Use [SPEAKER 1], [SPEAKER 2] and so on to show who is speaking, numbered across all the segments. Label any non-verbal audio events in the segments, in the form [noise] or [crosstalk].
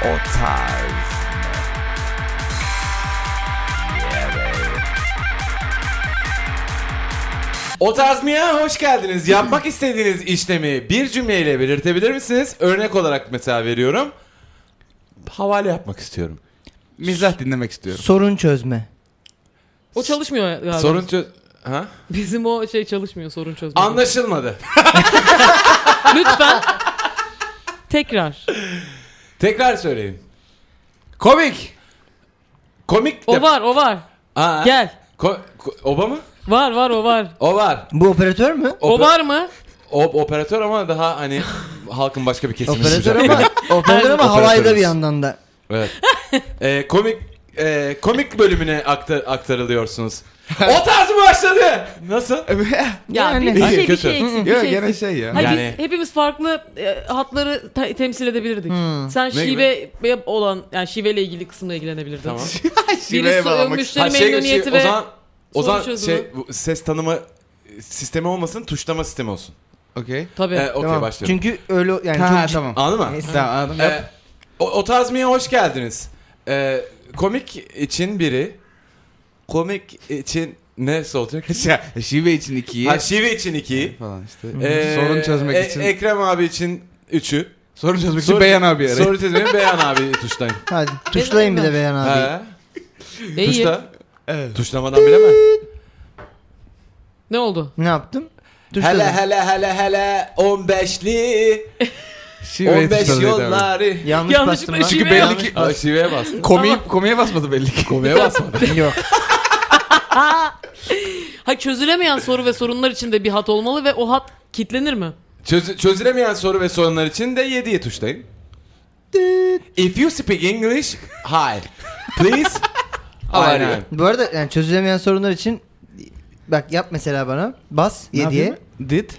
[SPEAKER 1] O tarz.
[SPEAKER 2] O tarz miyav, hoş geldiniz. Yapmak istediğiniz işlemi bir cümleyle belirtebilir misiniz? Örnek olarak mesela veriyorum. Havale yapmak istiyorum.
[SPEAKER 3] Mizah dinlemek istiyorum.
[SPEAKER 4] Sorun çözme.
[SPEAKER 5] O çalışmıyor galiba.
[SPEAKER 2] Sorun çöz... Ha?
[SPEAKER 5] Bizim o şey çalışmıyor sorun çözme.
[SPEAKER 2] Anlaşılmadı.
[SPEAKER 5] [laughs] Lütfen. Tekrar.
[SPEAKER 2] Tekrar söyleyin.
[SPEAKER 3] Komik.
[SPEAKER 2] Komik de...
[SPEAKER 5] O var o var.
[SPEAKER 2] Ha,
[SPEAKER 5] Gel.
[SPEAKER 2] ko- ko- oba mı?
[SPEAKER 5] Var var o var.
[SPEAKER 2] O var.
[SPEAKER 4] Bu operatör mü?
[SPEAKER 5] O
[SPEAKER 2] Oper-
[SPEAKER 5] var mı?
[SPEAKER 2] o- operatör ama daha hani halkın başka bir kesimi.
[SPEAKER 4] Operatör
[SPEAKER 2] olacak. [laughs]
[SPEAKER 4] ama operatör ama havayda bir
[SPEAKER 2] Operatörümüz.
[SPEAKER 4] yandan da.
[SPEAKER 2] Evet. [laughs] Ee, komik e, komik bölümüne aktar- aktarılıyorsunuz. o tarz mı başladı? Nasıl?
[SPEAKER 5] Ya bir,
[SPEAKER 4] Yani.
[SPEAKER 5] bir
[SPEAKER 2] Hayır,
[SPEAKER 5] şey bir
[SPEAKER 2] kötü.
[SPEAKER 5] şey eksik. bir
[SPEAKER 3] Yok
[SPEAKER 5] şey
[SPEAKER 3] gene
[SPEAKER 5] eksik.
[SPEAKER 3] şey ya.
[SPEAKER 5] Hayır,
[SPEAKER 2] Yani-
[SPEAKER 5] biz hepimiz farklı e, hatları te- temsil edebilirdik. Sen
[SPEAKER 2] Ne
[SPEAKER 5] şive olan yani şiveyle ilgili kısımla
[SPEAKER 3] [laughs]
[SPEAKER 5] ilgilenebilirdin.
[SPEAKER 2] Tamam.
[SPEAKER 3] Şiveye
[SPEAKER 5] Birisi
[SPEAKER 3] bağlamak
[SPEAKER 5] müşteri
[SPEAKER 2] Ha, şey- şey,
[SPEAKER 5] memnuniyeti
[SPEAKER 2] o
[SPEAKER 5] ve
[SPEAKER 2] zaman, o
[SPEAKER 5] sorun
[SPEAKER 2] zaman
[SPEAKER 5] çözümü.
[SPEAKER 2] şey, bu ses tanıma sistemi olmasın, tuşlama sistemi olsun.
[SPEAKER 3] Okey.
[SPEAKER 5] tabii.
[SPEAKER 2] Ee, Okey
[SPEAKER 4] Tamam.
[SPEAKER 2] başlıyorum.
[SPEAKER 4] Çünkü öyle yani
[SPEAKER 3] Ha
[SPEAKER 4] çok cid-
[SPEAKER 3] tamam.
[SPEAKER 2] Anladın mı?
[SPEAKER 4] Neyse.
[SPEAKER 3] Tamam anladım.
[SPEAKER 2] Ee, o, o tarz miye hoş geldiniz. Ee, komik için biri, komik için ne olacak?
[SPEAKER 3] [laughs] Şi- E, Şive için ikiyi
[SPEAKER 2] ha, şive için iki.
[SPEAKER 3] falan işte.
[SPEAKER 2] Ee,
[SPEAKER 3] sorun çözmek
[SPEAKER 2] e-
[SPEAKER 3] için.
[SPEAKER 2] Ekrem abi için üçü.
[SPEAKER 3] sorun çözmek için
[SPEAKER 2] Sorun-
[SPEAKER 3] Beyan abi arayın.
[SPEAKER 2] Sorun çözmek Beyan abi tuşlayın.
[SPEAKER 4] Hadi tuşlayın bir de Beyan abi.
[SPEAKER 2] Ha,
[SPEAKER 5] E, iyi.
[SPEAKER 2] tuşla.
[SPEAKER 3] Evet.
[SPEAKER 2] Tuşlamadan bilemem.
[SPEAKER 5] Ne oldu?
[SPEAKER 4] Ne yaptım? Tuşladım.
[SPEAKER 2] Hele hele hele hele 15'li
[SPEAKER 3] Şive
[SPEAKER 2] 15 yolları.
[SPEAKER 4] Yanlış
[SPEAKER 5] Yanlış
[SPEAKER 4] bastım lan.
[SPEAKER 5] başı-
[SPEAKER 3] Çünkü
[SPEAKER 5] Şiveye
[SPEAKER 3] belli
[SPEAKER 5] yanlış
[SPEAKER 3] ki
[SPEAKER 2] Aa, şiveye bastım.
[SPEAKER 3] komiği, komiğe basmadı belli ki.
[SPEAKER 2] Komiğe basmadı.
[SPEAKER 4] Yok.
[SPEAKER 5] Ha çözülemeyen soru ve sorunlar içinde bir hat olmalı ve o hat kitlenir mi?
[SPEAKER 2] Çöz- çözülemeyen soru ve sorunlar için de 7'ye tuşlayın. If you speak English, hi. Please, aynen.
[SPEAKER 4] Bu arada yani çözülemeyen sorunlar için bak yap mesela bana. Bas 7'ye.
[SPEAKER 3] Did.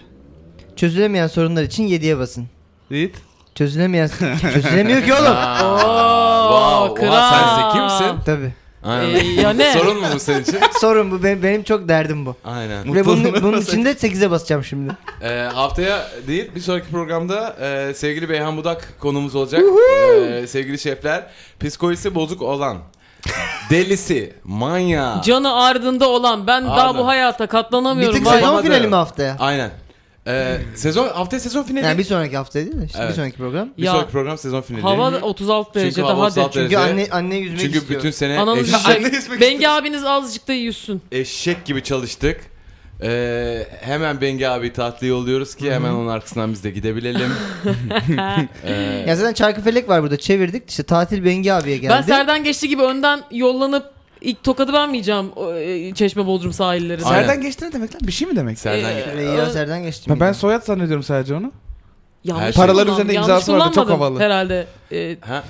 [SPEAKER 4] Çözülemeyen sorunlar için 7'ye basın.
[SPEAKER 3] Did.
[SPEAKER 4] Çözülemeyen
[SPEAKER 2] [laughs]
[SPEAKER 4] çözülemiyor ki oğlum.
[SPEAKER 5] Oo,
[SPEAKER 2] Wow, ulan sen zeki misin?
[SPEAKER 4] Tabii.
[SPEAKER 2] Aynen.
[SPEAKER 5] Ee, ya ne?
[SPEAKER 2] Sorun mu bu senin için?
[SPEAKER 4] Sorun bu benim, benim çok derdim bu.
[SPEAKER 2] Aynen.
[SPEAKER 4] Ve bunun,
[SPEAKER 3] Mutluluğuna
[SPEAKER 4] bunun için de 8'e basacağım şimdi.
[SPEAKER 2] Ee, haftaya değil bir sonraki programda e, sevgili Beyhan Budak konuğumuz olacak. Ee, sevgili şefler, psikolojisi bozuk
[SPEAKER 5] [laughs]
[SPEAKER 2] olan, delisi, manyağı.
[SPEAKER 5] Canı ardında olan ben daha
[SPEAKER 2] Ardın.
[SPEAKER 5] bu hayata
[SPEAKER 4] Bir
[SPEAKER 5] katlanamıyorum.
[SPEAKER 4] tık
[SPEAKER 5] Vay.
[SPEAKER 4] sezon
[SPEAKER 2] Babada.
[SPEAKER 4] finali mi haftaya?
[SPEAKER 2] Aynen. Ee, sezon haftaya sezon finali.
[SPEAKER 4] Yani bir
[SPEAKER 2] bir,
[SPEAKER 4] sonraki hafta değil de işte
[SPEAKER 2] Evet.
[SPEAKER 4] bir sonraki program.
[SPEAKER 5] Ya.
[SPEAKER 2] sonraki program sezon finali.
[SPEAKER 5] Hava 36
[SPEAKER 2] Çünkü
[SPEAKER 5] derecede
[SPEAKER 2] hava
[SPEAKER 5] hadi.
[SPEAKER 2] 36
[SPEAKER 4] Çünkü
[SPEAKER 2] Derece.
[SPEAKER 4] anne anne yüzmek
[SPEAKER 2] Çünkü
[SPEAKER 4] istiyor.
[SPEAKER 2] bütün sene
[SPEAKER 5] Ananız
[SPEAKER 2] eşek,
[SPEAKER 3] Anne
[SPEAKER 5] yüzecek.
[SPEAKER 3] yüzmek
[SPEAKER 5] Bengi abiniz azıcık da yüzsün.
[SPEAKER 2] eşek gibi çalıştık. Ee, hemen Bengi abi tatlı yolluyoruz ki hemen onun arkasından biz de
[SPEAKER 5] [laughs]
[SPEAKER 2] gidebilelim. Ee,
[SPEAKER 4] Ya zaten Çarkıfelek var burada çevirdik. İşte tatil Bengi abiye geldi.
[SPEAKER 5] Ben Serden geçti gibi önden yollanıp ilk tokadı ben mi yiyeceğim o, e, Çeşme Bodrum sahillerine?
[SPEAKER 2] Aynen.
[SPEAKER 3] Serden geçti ne demek lan? Bir şey mi demek?
[SPEAKER 2] Serden
[SPEAKER 5] Ee,
[SPEAKER 2] gel-
[SPEAKER 4] Şöyle iyi ya, Serden geçtim.
[SPEAKER 3] Ben, ben soyad zannediyorum sadece onu.
[SPEAKER 5] Yanlış
[SPEAKER 2] Her şey.
[SPEAKER 3] Paralar
[SPEAKER 5] kullandım,
[SPEAKER 3] üzerinde
[SPEAKER 5] yanlış
[SPEAKER 3] imzası vardı, çok
[SPEAKER 5] kullanmadım
[SPEAKER 3] havalı.
[SPEAKER 5] Herhalde e,
[SPEAKER 2] Ha?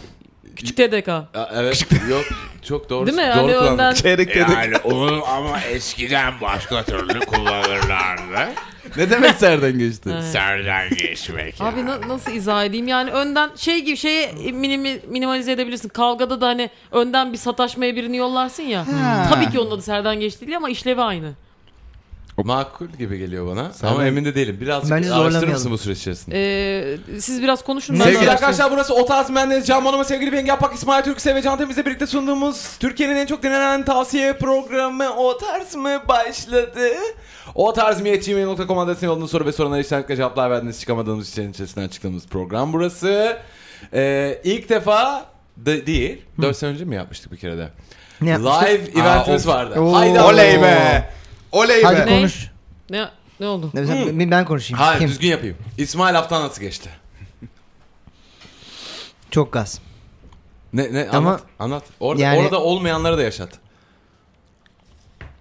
[SPEAKER 5] küçük TDK.
[SPEAKER 2] Aa, Evet. Yok. Çok doğru.
[SPEAKER 5] Değil mi?
[SPEAKER 2] Doğru
[SPEAKER 5] Hani
[SPEAKER 2] kullandın.
[SPEAKER 3] [laughs]
[SPEAKER 5] önden
[SPEAKER 3] Çeyrek
[SPEAKER 6] Yani onu ama eskiden başka türlü kullanırlardı.
[SPEAKER 3] ne demek serden geçti?
[SPEAKER 5] Evet.
[SPEAKER 6] Serden geçmek.
[SPEAKER 5] Abi na- nasıl izah edeyim yani önden şey gibi şeyi minimi, minimalize edebilirsin. Kavgada da hani önden bir sataşmaya birini yollarsın ya. Tabii ki onun adı Serden geçti değil ama işlevi aynı.
[SPEAKER 2] Makul gibi geliyor bana. Ama emin de değilim. Birazcık
[SPEAKER 4] Bence
[SPEAKER 2] araştırır
[SPEAKER 4] zorlamayalım.
[SPEAKER 2] mısın bu süreç içerisinde?
[SPEAKER 5] Ee, siz biraz konuşun. ben
[SPEAKER 2] Sevgili
[SPEAKER 5] de-
[SPEAKER 2] arkadaşlar burası O Tarz Mühendis, Can Bonomo, sevgili Bengi Apak, İsmail Türkse ve Can Temiz'le birlikte sunduğumuz Türkiye'nin en çok dinlenen tavsiye programı O Tarz mı başladı? O Tarz mi gmail.com adresine yolladığınız soru ve sorunlara işaretle cevaplar verdiğiniz çıkamadığımız için içerisinden çıktığımız program burası. Ee, ilk defa de, değil, 4 sene önce mi yapmıştık bir kere de?
[SPEAKER 4] Ne yapmıştık?
[SPEAKER 2] Live eventimiz
[SPEAKER 3] of.
[SPEAKER 2] vardı.
[SPEAKER 4] Oo.
[SPEAKER 2] Haydi
[SPEAKER 3] Oley be. Oley
[SPEAKER 4] Hadi
[SPEAKER 3] be.
[SPEAKER 5] Ne?
[SPEAKER 4] konuş.
[SPEAKER 5] Ne, ne oldu?
[SPEAKER 4] Ne, sen- ben- Ben konuşayım.
[SPEAKER 2] Hayır
[SPEAKER 4] Kim?
[SPEAKER 2] düzgün yapayım. İsmail haftan nasıl geçti?
[SPEAKER 4] Çok gaz.
[SPEAKER 2] Ne, ne,
[SPEAKER 4] Ama-
[SPEAKER 2] anlat, anlat. Orada,
[SPEAKER 4] Yani-
[SPEAKER 2] orada olmayanları da yaşat.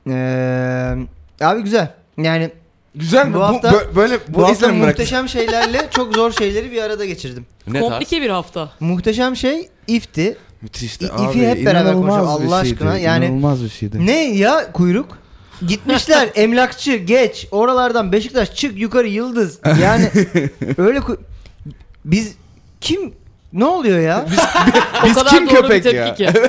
[SPEAKER 4] Ee, abi güzel. Yani
[SPEAKER 3] Güzel mi?
[SPEAKER 4] Bu
[SPEAKER 3] Bu,
[SPEAKER 4] hafta-
[SPEAKER 3] bö- böyle
[SPEAKER 4] bu,
[SPEAKER 3] bu,
[SPEAKER 4] hafta
[SPEAKER 3] izler mi bıraktın?
[SPEAKER 4] muhteşem şeylerle çok zor şeyleri bir arada geçirdim.
[SPEAKER 2] Ne tarz?
[SPEAKER 5] Komplike bir hafta.
[SPEAKER 4] Muhteşem şey ifti.
[SPEAKER 3] Müthişti
[SPEAKER 4] İ- ifi hep beraber
[SPEAKER 3] inanılmaz
[SPEAKER 4] konuşalım.
[SPEAKER 3] bir
[SPEAKER 4] Allah
[SPEAKER 3] şeydi,
[SPEAKER 4] aşkına, yani-
[SPEAKER 3] inanılmaz bir şeydi.
[SPEAKER 4] Ne ya kuyruk? Gitmişler
[SPEAKER 3] [laughs]
[SPEAKER 4] emlakçı geç oralardan Beşiktaş çık yukarı yıldız. Yani
[SPEAKER 3] [laughs]
[SPEAKER 4] öyle ku- biz kim ne oluyor ya?
[SPEAKER 3] Biz
[SPEAKER 5] o kadar
[SPEAKER 3] kim
[SPEAKER 5] doğru
[SPEAKER 3] köpek
[SPEAKER 5] bir tepki
[SPEAKER 3] ya?
[SPEAKER 5] ki.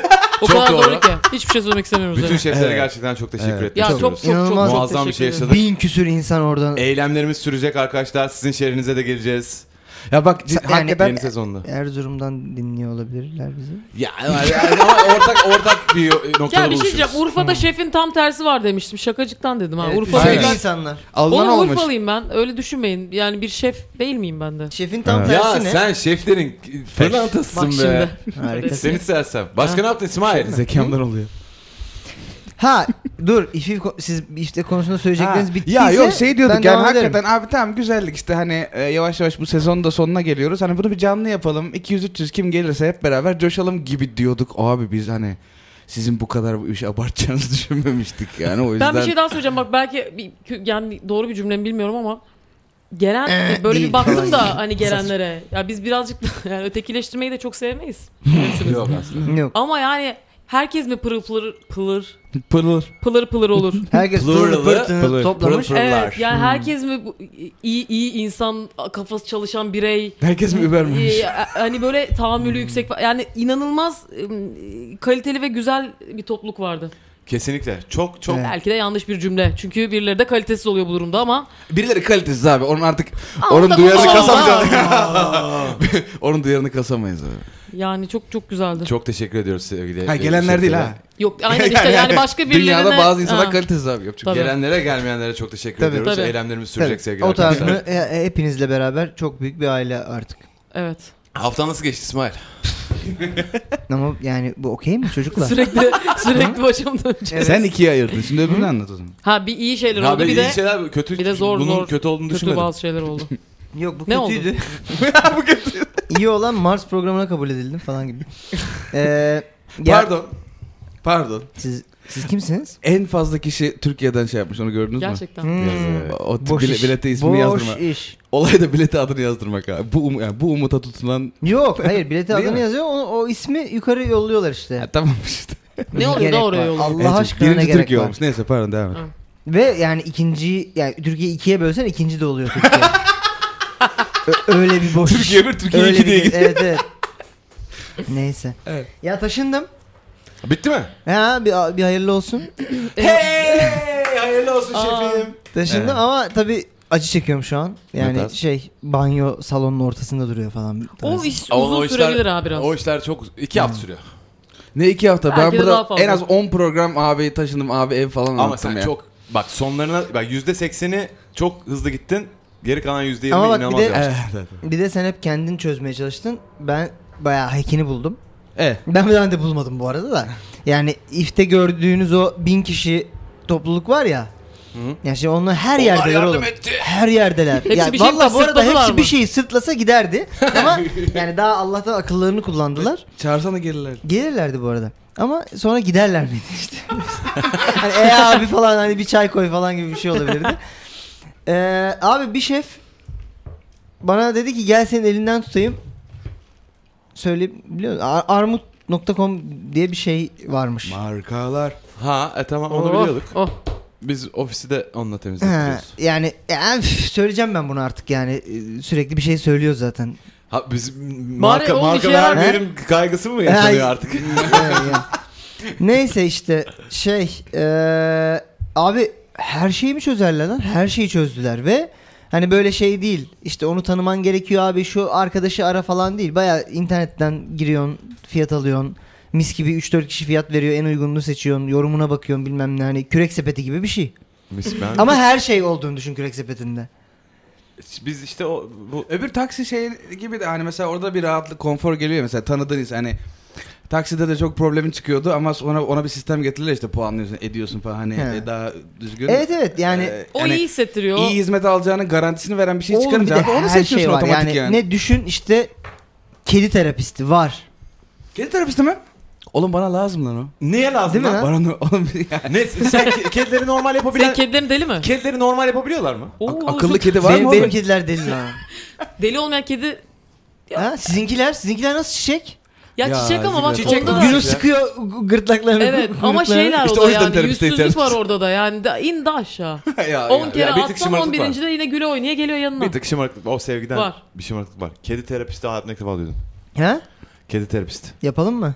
[SPEAKER 5] o
[SPEAKER 2] Çok
[SPEAKER 5] kadar doğru.
[SPEAKER 2] doğru.
[SPEAKER 5] ki. Hiçbir şey söylemek istemiyoruz.
[SPEAKER 2] Bütün
[SPEAKER 5] yani.
[SPEAKER 2] şeflere
[SPEAKER 3] Evet.
[SPEAKER 2] gerçekten çok teşekkür
[SPEAKER 3] Evet.
[SPEAKER 2] etmek
[SPEAKER 5] ya çok
[SPEAKER 2] istiyoruz.
[SPEAKER 5] çok çok,
[SPEAKER 4] İnanılmaz.
[SPEAKER 5] çok
[SPEAKER 2] Muazzam bir şey
[SPEAKER 5] teşekkür ederim.
[SPEAKER 3] E-
[SPEAKER 2] yaşadık.
[SPEAKER 4] Bin küsür insan oradan.
[SPEAKER 2] Eylemlerimiz sürecek arkadaşlar. Sizin şehrinize de geleceğiz.
[SPEAKER 3] Ya bak cid-
[SPEAKER 4] Yani
[SPEAKER 3] hakikaten
[SPEAKER 4] ben-
[SPEAKER 3] yeni sezonda.
[SPEAKER 4] Erzurum'dan dinliyor olabilirler bizi.
[SPEAKER 2] Ya [laughs] yani ama ortak ortak bir noktada
[SPEAKER 5] Ya bir şey
[SPEAKER 2] buluşuyoruz.
[SPEAKER 5] diyeceğim. Urfa'da şefin tam tersi var demiştim. Şakacıktan dedim ha.
[SPEAKER 4] Evet,
[SPEAKER 5] Urfa'da
[SPEAKER 4] üzücü
[SPEAKER 3] Aynen.
[SPEAKER 4] insanlar.
[SPEAKER 3] Alınan
[SPEAKER 5] Oğlum
[SPEAKER 3] olmuş.
[SPEAKER 5] Urfalıyım ben. Öyle düşünmeyin. Yani bir şef değil miyim ben de?
[SPEAKER 4] Şefin tam
[SPEAKER 2] Ya
[SPEAKER 4] tersi ne?
[SPEAKER 2] sen şeflerin
[SPEAKER 5] Bak
[SPEAKER 2] fırlantasısın be.
[SPEAKER 5] şimdi.
[SPEAKER 4] Harikasın.
[SPEAKER 2] Seni sersem. Başka ne yaptın İsmail?
[SPEAKER 3] Zekamdan oluyor.
[SPEAKER 4] Ha dur ifif ko- siz ifte konusunda söyleyecekleriniz
[SPEAKER 3] Ha,
[SPEAKER 4] bittiyse
[SPEAKER 3] Ya yok şey diyorduk
[SPEAKER 4] ben
[SPEAKER 3] yani
[SPEAKER 4] devam ederim.
[SPEAKER 3] hakikaten abi tamam güzellik işte hani e, yavaş yavaş bu sezonun da sonuna geliyoruz. Hani bunu bir canlı yapalım 200-300 kim gelirse hep beraber coşalım gibi diyorduk. Abi biz hani sizin bu kadar bu işi abartacağınızı [laughs] düşünmemiştik yani o yüzden.
[SPEAKER 5] Ben bir şey daha söyleyeceğim. Bak belki bir, kü- yani doğru bir cümlemi bilmiyorum ama gelen
[SPEAKER 4] Ee,
[SPEAKER 5] böyle
[SPEAKER 4] değil.
[SPEAKER 5] bir baktım
[SPEAKER 4] Falan
[SPEAKER 5] da hani gelenlere. Ya biz birazcık da- [laughs] yani ötekileştirmeyi de çok sevmeyiz. Bilirsiniz.
[SPEAKER 2] Yok aslında.
[SPEAKER 4] Hmm, Yok.
[SPEAKER 5] ama yani herkes mi pırıl pılır pılır
[SPEAKER 3] Pırıl.
[SPEAKER 5] pılır pılır olur?
[SPEAKER 4] Herkes
[SPEAKER 2] Pluralı,
[SPEAKER 4] pırtını
[SPEAKER 3] plur-
[SPEAKER 4] toplamış.
[SPEAKER 2] Pırlar.
[SPEAKER 5] evet. Yani herkes mi bu- iyi iyi insan kafası çalışan birey
[SPEAKER 3] Herkes mi
[SPEAKER 5] Ee,
[SPEAKER 3] übermemiş?
[SPEAKER 5] a- hani böyle tahammülü yüksek fa- yani inanılmaz ım, kaliteli ve güzel bir topluluk vardı.
[SPEAKER 2] Kesinlikle. Çok çok.
[SPEAKER 5] Belki de yanlış bir cümle. Çünkü birileri de kalitesiz oluyor bu durumda ama
[SPEAKER 3] Birileri kalitesiz abi onun artık
[SPEAKER 5] Aa,
[SPEAKER 3] onun
[SPEAKER 5] da
[SPEAKER 3] duyarını
[SPEAKER 5] konuşalım.
[SPEAKER 2] [laughs]
[SPEAKER 3] kasamayacağız. onun duyarını kasamayız abi.
[SPEAKER 5] yani çok çok güzeldi.
[SPEAKER 2] Çok teşekkür ediyoruz sevgili. e,
[SPEAKER 3] Ha gelenler değil ha.
[SPEAKER 5] Yok aynen işte yani başka birilerine
[SPEAKER 3] Dünyada bazı
[SPEAKER 5] Ha.
[SPEAKER 3] insanlar kalitesiz abi yapacak.
[SPEAKER 5] Tabii.
[SPEAKER 2] şey Gelenlere gelmeyenlere çok teşekkür
[SPEAKER 4] Tabii,
[SPEAKER 2] ediyoruz.
[SPEAKER 5] tabii.
[SPEAKER 2] Eylemlerimiz sürecek
[SPEAKER 4] Tabii.
[SPEAKER 2] sevgili
[SPEAKER 4] O tarz
[SPEAKER 2] arkadaşlar.
[SPEAKER 4] mı? E, e, hepinizle beraber çok büyük bir aile artık.
[SPEAKER 5] Evet.
[SPEAKER 2] Haftan nasıl geçti İsmail?
[SPEAKER 4] Ama yani bu okey mi çocuklar?
[SPEAKER 5] Sürekli sürekli başım dönecek.
[SPEAKER 4] Evet.
[SPEAKER 3] E, Sen ikiye ayırdın. Şimdi öbürünü anlat o zaman.
[SPEAKER 5] Ha bir iyi şeyler
[SPEAKER 2] Ya
[SPEAKER 5] oldu
[SPEAKER 2] ben
[SPEAKER 5] bir
[SPEAKER 2] iyi
[SPEAKER 5] de
[SPEAKER 2] şeyler kötü
[SPEAKER 5] bir de zor,
[SPEAKER 2] bunun
[SPEAKER 5] zor,
[SPEAKER 2] kötü olduğunu
[SPEAKER 5] kötü
[SPEAKER 2] düşünmedim.
[SPEAKER 5] bazı şeyler oldu.
[SPEAKER 4] Yok bu
[SPEAKER 5] Ne oldu?
[SPEAKER 3] [laughs]
[SPEAKER 4] kötüydü. İyi olan Mars programına kabul edildim falan
[SPEAKER 3] [laughs]
[SPEAKER 4] gibi. Ee, ya-
[SPEAKER 3] Pardon. Pardon.
[SPEAKER 4] Siz, siz kimsiniz?
[SPEAKER 3] En fazla kişi Türkiye'den şey yapmış onu gördünüz mü?
[SPEAKER 5] Gerçekten.
[SPEAKER 4] Hmm.
[SPEAKER 3] O t-
[SPEAKER 4] Boş
[SPEAKER 3] bile-
[SPEAKER 4] iş.
[SPEAKER 3] bilete ismini
[SPEAKER 4] Boş
[SPEAKER 3] yazdırma.
[SPEAKER 4] iş.
[SPEAKER 3] Olay da bilete adını yazdırmak abi. Bu, um- yani bu umuta tutulan...
[SPEAKER 4] Yok hayır bilete
[SPEAKER 3] Değil
[SPEAKER 4] adını
[SPEAKER 3] mi?
[SPEAKER 4] yazıyor o, o ismi yukarı yolluyorlar işte.
[SPEAKER 3] Ya, tamam işte.
[SPEAKER 5] Ne oluyor
[SPEAKER 4] Gerek
[SPEAKER 5] da oraya
[SPEAKER 4] var.
[SPEAKER 5] yolluyor?
[SPEAKER 4] Allah
[SPEAKER 3] En çok
[SPEAKER 4] aşkına ne
[SPEAKER 3] birinci
[SPEAKER 4] gerek
[SPEAKER 3] Türkiye
[SPEAKER 4] var.
[SPEAKER 3] olmuş. Neyse pardon devam et.
[SPEAKER 5] Ha.
[SPEAKER 4] Ve yani ikinci yani Türkiye ikiye bölsen ikinci de oluyor
[SPEAKER 3] [laughs]
[SPEAKER 4] Türkiye. Ö- öyle bir boş.
[SPEAKER 3] Türkiye bir, Türkiye
[SPEAKER 4] Öyle
[SPEAKER 3] iki diye
[SPEAKER 4] bir-
[SPEAKER 3] gidiyor.
[SPEAKER 4] Evet evet. Neyse.
[SPEAKER 3] Evet.
[SPEAKER 4] Ya taşındım.
[SPEAKER 2] Bitti mi?
[SPEAKER 4] Ha bir, bir hayırlı olsun.
[SPEAKER 2] Hey! Hayırlı olsun
[SPEAKER 5] Aa.
[SPEAKER 2] şefim.
[SPEAKER 4] Taşındım
[SPEAKER 3] Evet.
[SPEAKER 4] ama tabii acı çekiyorum şu an. Yani
[SPEAKER 2] tarz?
[SPEAKER 4] şey banyo salonun ortasında duruyor falan.
[SPEAKER 5] O iş uzun sürebilir ha biraz.
[SPEAKER 2] O işler çok iki hafta sürüyor.
[SPEAKER 3] Ne iki hafta ben
[SPEAKER 5] Belki de daha
[SPEAKER 3] burada
[SPEAKER 5] fazla.
[SPEAKER 3] en az 10 program abi taşındım abi ev falan
[SPEAKER 2] Ama
[SPEAKER 3] anlattım
[SPEAKER 2] sen
[SPEAKER 3] ya.
[SPEAKER 2] çok bak sonlarına bak yüzde sekseni çok hızlı gittin. Geri kalan yüzde yirmi
[SPEAKER 4] Ama bak bir
[SPEAKER 2] inanılmaz
[SPEAKER 4] de-
[SPEAKER 2] yavaş.
[SPEAKER 3] Evet, evet.
[SPEAKER 4] Bir de sen hep kendini çözmeye çalıştın. Ben bayağı hackini buldum.
[SPEAKER 3] Evet.
[SPEAKER 4] Ben bir tane de bulmadım bu arada da. Yani ifte gördüğünüz o bin kişi topluluk var ya. Ya şimdi onlar her yerdeler oğlum. Her yerdeler.
[SPEAKER 5] Hepsi
[SPEAKER 4] ya
[SPEAKER 5] bir şey
[SPEAKER 4] vallahi bu arada
[SPEAKER 5] sırtladılar
[SPEAKER 4] hepsi
[SPEAKER 5] mı?
[SPEAKER 4] bir şeyi sırtlasa giderdi.
[SPEAKER 5] [laughs]
[SPEAKER 4] Ama yani daha Allah'tan akıllarını kullandılar.
[SPEAKER 3] Çağırsana gelirler.
[SPEAKER 4] Gelirlerdi bu arada. Ama sonra giderler miydi işte. [laughs] hani e abi falan hani bir çay koy falan gibi bir şey olabilirdi. Ee, abi bir şef bana dedi ki gel senin elinden tutayım. Söyleyebiliyor musun? Ar- armut.com diye bir şey varmış.
[SPEAKER 3] Markalar.
[SPEAKER 2] Ha e tamam onu
[SPEAKER 5] Oh,
[SPEAKER 2] biliyorduk.
[SPEAKER 5] oh.
[SPEAKER 2] Biz ofisi de onunla
[SPEAKER 4] Ha,
[SPEAKER 2] temizletiyoruz.
[SPEAKER 4] yani e, üf, söyleyeceğim ben bunu artık yani Ee, sürekli bir şey söylüyor zaten.
[SPEAKER 2] Ha biz marka
[SPEAKER 5] oğlum işe
[SPEAKER 2] markalar
[SPEAKER 4] yarar.
[SPEAKER 2] benim kaygısı mı yaşanıyor
[SPEAKER 4] Ha,
[SPEAKER 2] artık?
[SPEAKER 4] Yani, yani. Neyse işte şey eee, abi her şeyi mi çözerler lan? Her şeyi çözdüler ve hani böyle şey değil işte onu tanıman gerekiyor abi şu arkadaşı ara falan değil. Baya internetten giriyorsun fiyat alıyorsun mis gibi 3-4 kişi fiyat veriyor en uygununu seçiyorsun yorumuna bakıyorsun bilmem ne hani kürek sepeti gibi bir şey.
[SPEAKER 2] Mis ben.
[SPEAKER 4] Ama her şey olduğunu düşün kürek sepetinde.
[SPEAKER 2] Biz işte o bu
[SPEAKER 3] Öbür taksi şey gibi de hani mesela orada bir rahatlık, konfor geliyor mesela tanıdığın insan hani takside de çok problemin çıkıyordu ama sonra ona bir sistem getirdiler işte puanlıyorsun, ediyorsun falan hani
[SPEAKER 4] He.
[SPEAKER 3] e, daha düzgün.
[SPEAKER 4] Evet evet yani
[SPEAKER 3] Ee,
[SPEAKER 5] O
[SPEAKER 3] yani
[SPEAKER 5] iyi hissettiriyor.
[SPEAKER 3] iyi hizmet alacağının garantisini veren bir şey
[SPEAKER 4] Oğlum
[SPEAKER 3] çıkarınca
[SPEAKER 4] bir de
[SPEAKER 3] abi onu
[SPEAKER 4] her
[SPEAKER 3] seçiyorsun
[SPEAKER 4] şey var.
[SPEAKER 3] otomatik yani.
[SPEAKER 4] yani. Ne düşün işte kedi terapisti var.
[SPEAKER 3] Kedi terapisti mi? Oğlum bana lazım lan o.
[SPEAKER 2] neye lazım
[SPEAKER 4] Değil mi
[SPEAKER 2] lan?
[SPEAKER 4] Ha? lan?
[SPEAKER 3] Bana onu, [laughs] oğlum yani.
[SPEAKER 2] Ne sen ke- kedileri normal
[SPEAKER 5] Senin
[SPEAKER 2] yapabilen
[SPEAKER 5] kedilerin deli mi?
[SPEAKER 2] kedileri normal yapabiliyorlar mı?
[SPEAKER 5] Oo,
[SPEAKER 3] Ak- akıllı
[SPEAKER 5] çok-
[SPEAKER 3] kedi var
[SPEAKER 4] benim,
[SPEAKER 3] mı
[SPEAKER 4] benim
[SPEAKER 3] oğlum?
[SPEAKER 4] kediler deli lan.
[SPEAKER 5] Deli olmayan kedi
[SPEAKER 4] Ha, sizinkiler, sizinkiler nasıl çiçek?
[SPEAKER 5] ya,
[SPEAKER 3] Ya,
[SPEAKER 5] çiçek ama bak
[SPEAKER 3] çiçek-
[SPEAKER 5] onda da
[SPEAKER 4] Günü sıkıyor g- gırtlaklarını. [laughs]
[SPEAKER 5] Evet
[SPEAKER 4] gu-
[SPEAKER 5] ama
[SPEAKER 4] kuyruklarını.
[SPEAKER 5] şeyler
[SPEAKER 3] İşte o
[SPEAKER 5] o da
[SPEAKER 3] yüzden
[SPEAKER 5] yani
[SPEAKER 3] terapiste
[SPEAKER 5] yüzsüzlük var
[SPEAKER 3] ihtiyaç.
[SPEAKER 5] orada da yani da, in de aşağı.
[SPEAKER 3] [laughs] Ya, ya,
[SPEAKER 5] 10 kere
[SPEAKER 2] ya, bir tık
[SPEAKER 5] atsam
[SPEAKER 2] şımarıklık
[SPEAKER 5] 11. de yine güle oynaya geliyor yanına.
[SPEAKER 2] Bir tık şımarıklık o sevgiden
[SPEAKER 5] Var.
[SPEAKER 2] bir şımarıklık var. Kedi terapisti hayatımda ilk defa duydum.
[SPEAKER 4] Ha?
[SPEAKER 2] Kedi terapisti.
[SPEAKER 4] Yapalım mı?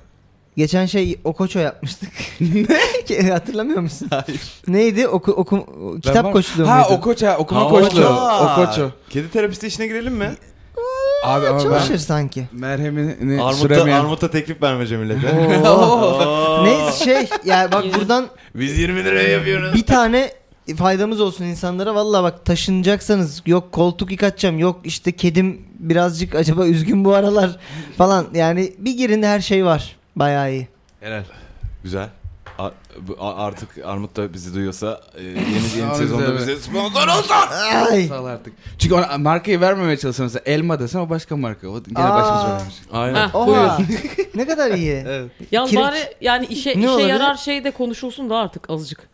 [SPEAKER 4] Geçen şey Okoço yapmıştık. [laughs] Ki- Hatırlamıyor musun? Hayır. Neydi? Oku, oku, kitap koşuluyor
[SPEAKER 3] Ha
[SPEAKER 4] muydu?
[SPEAKER 3] o koça, okuma koçluğu. O koçu.
[SPEAKER 2] Kedi terapisti işine girelim mi?
[SPEAKER 3] Abi ama
[SPEAKER 4] Çalışır
[SPEAKER 3] ben
[SPEAKER 4] sanki.
[SPEAKER 3] merhemini
[SPEAKER 2] Armut'a,
[SPEAKER 3] süremeyen...
[SPEAKER 2] armut'a teklif vermece millete. [laughs]
[SPEAKER 4] Oo. Neyse şey
[SPEAKER 5] [laughs]
[SPEAKER 4] ya bak buradan
[SPEAKER 2] Biz 20 liraya yapıyoruz.
[SPEAKER 4] bir tane faydamız olsun insanlara. Vallahi bak taşınacaksanız yok koltuk yıkatacağım yok işte kedim birazcık acaba üzgün bu aralar falan. Yani bir girin her şey var. Bayağı iyi.
[SPEAKER 2] Helal. Güzel. A- bu- a- artık Armut da bizi duyuyorsa e, yeni
[SPEAKER 3] Sağ
[SPEAKER 2] yeni
[SPEAKER 3] ol
[SPEAKER 2] sezonda
[SPEAKER 3] bize,
[SPEAKER 2] bize
[SPEAKER 3] evet.
[SPEAKER 2] sponsor olsun.
[SPEAKER 4] Ay.
[SPEAKER 3] Sağ ol artık. Çünkü ona markayı vermemeye çalışsa mesela elma desen o başka marka. O gene
[SPEAKER 4] Aa.
[SPEAKER 3] başımız vermiş.
[SPEAKER 2] Aynen.
[SPEAKER 5] Heh,
[SPEAKER 4] Oha. [laughs] ne kadar iyi.
[SPEAKER 5] Yalnız
[SPEAKER 4] Kireç.
[SPEAKER 5] bari yani işe, işe
[SPEAKER 4] olabilir?
[SPEAKER 5] yarar şey de konuşulsun da artık azıcık.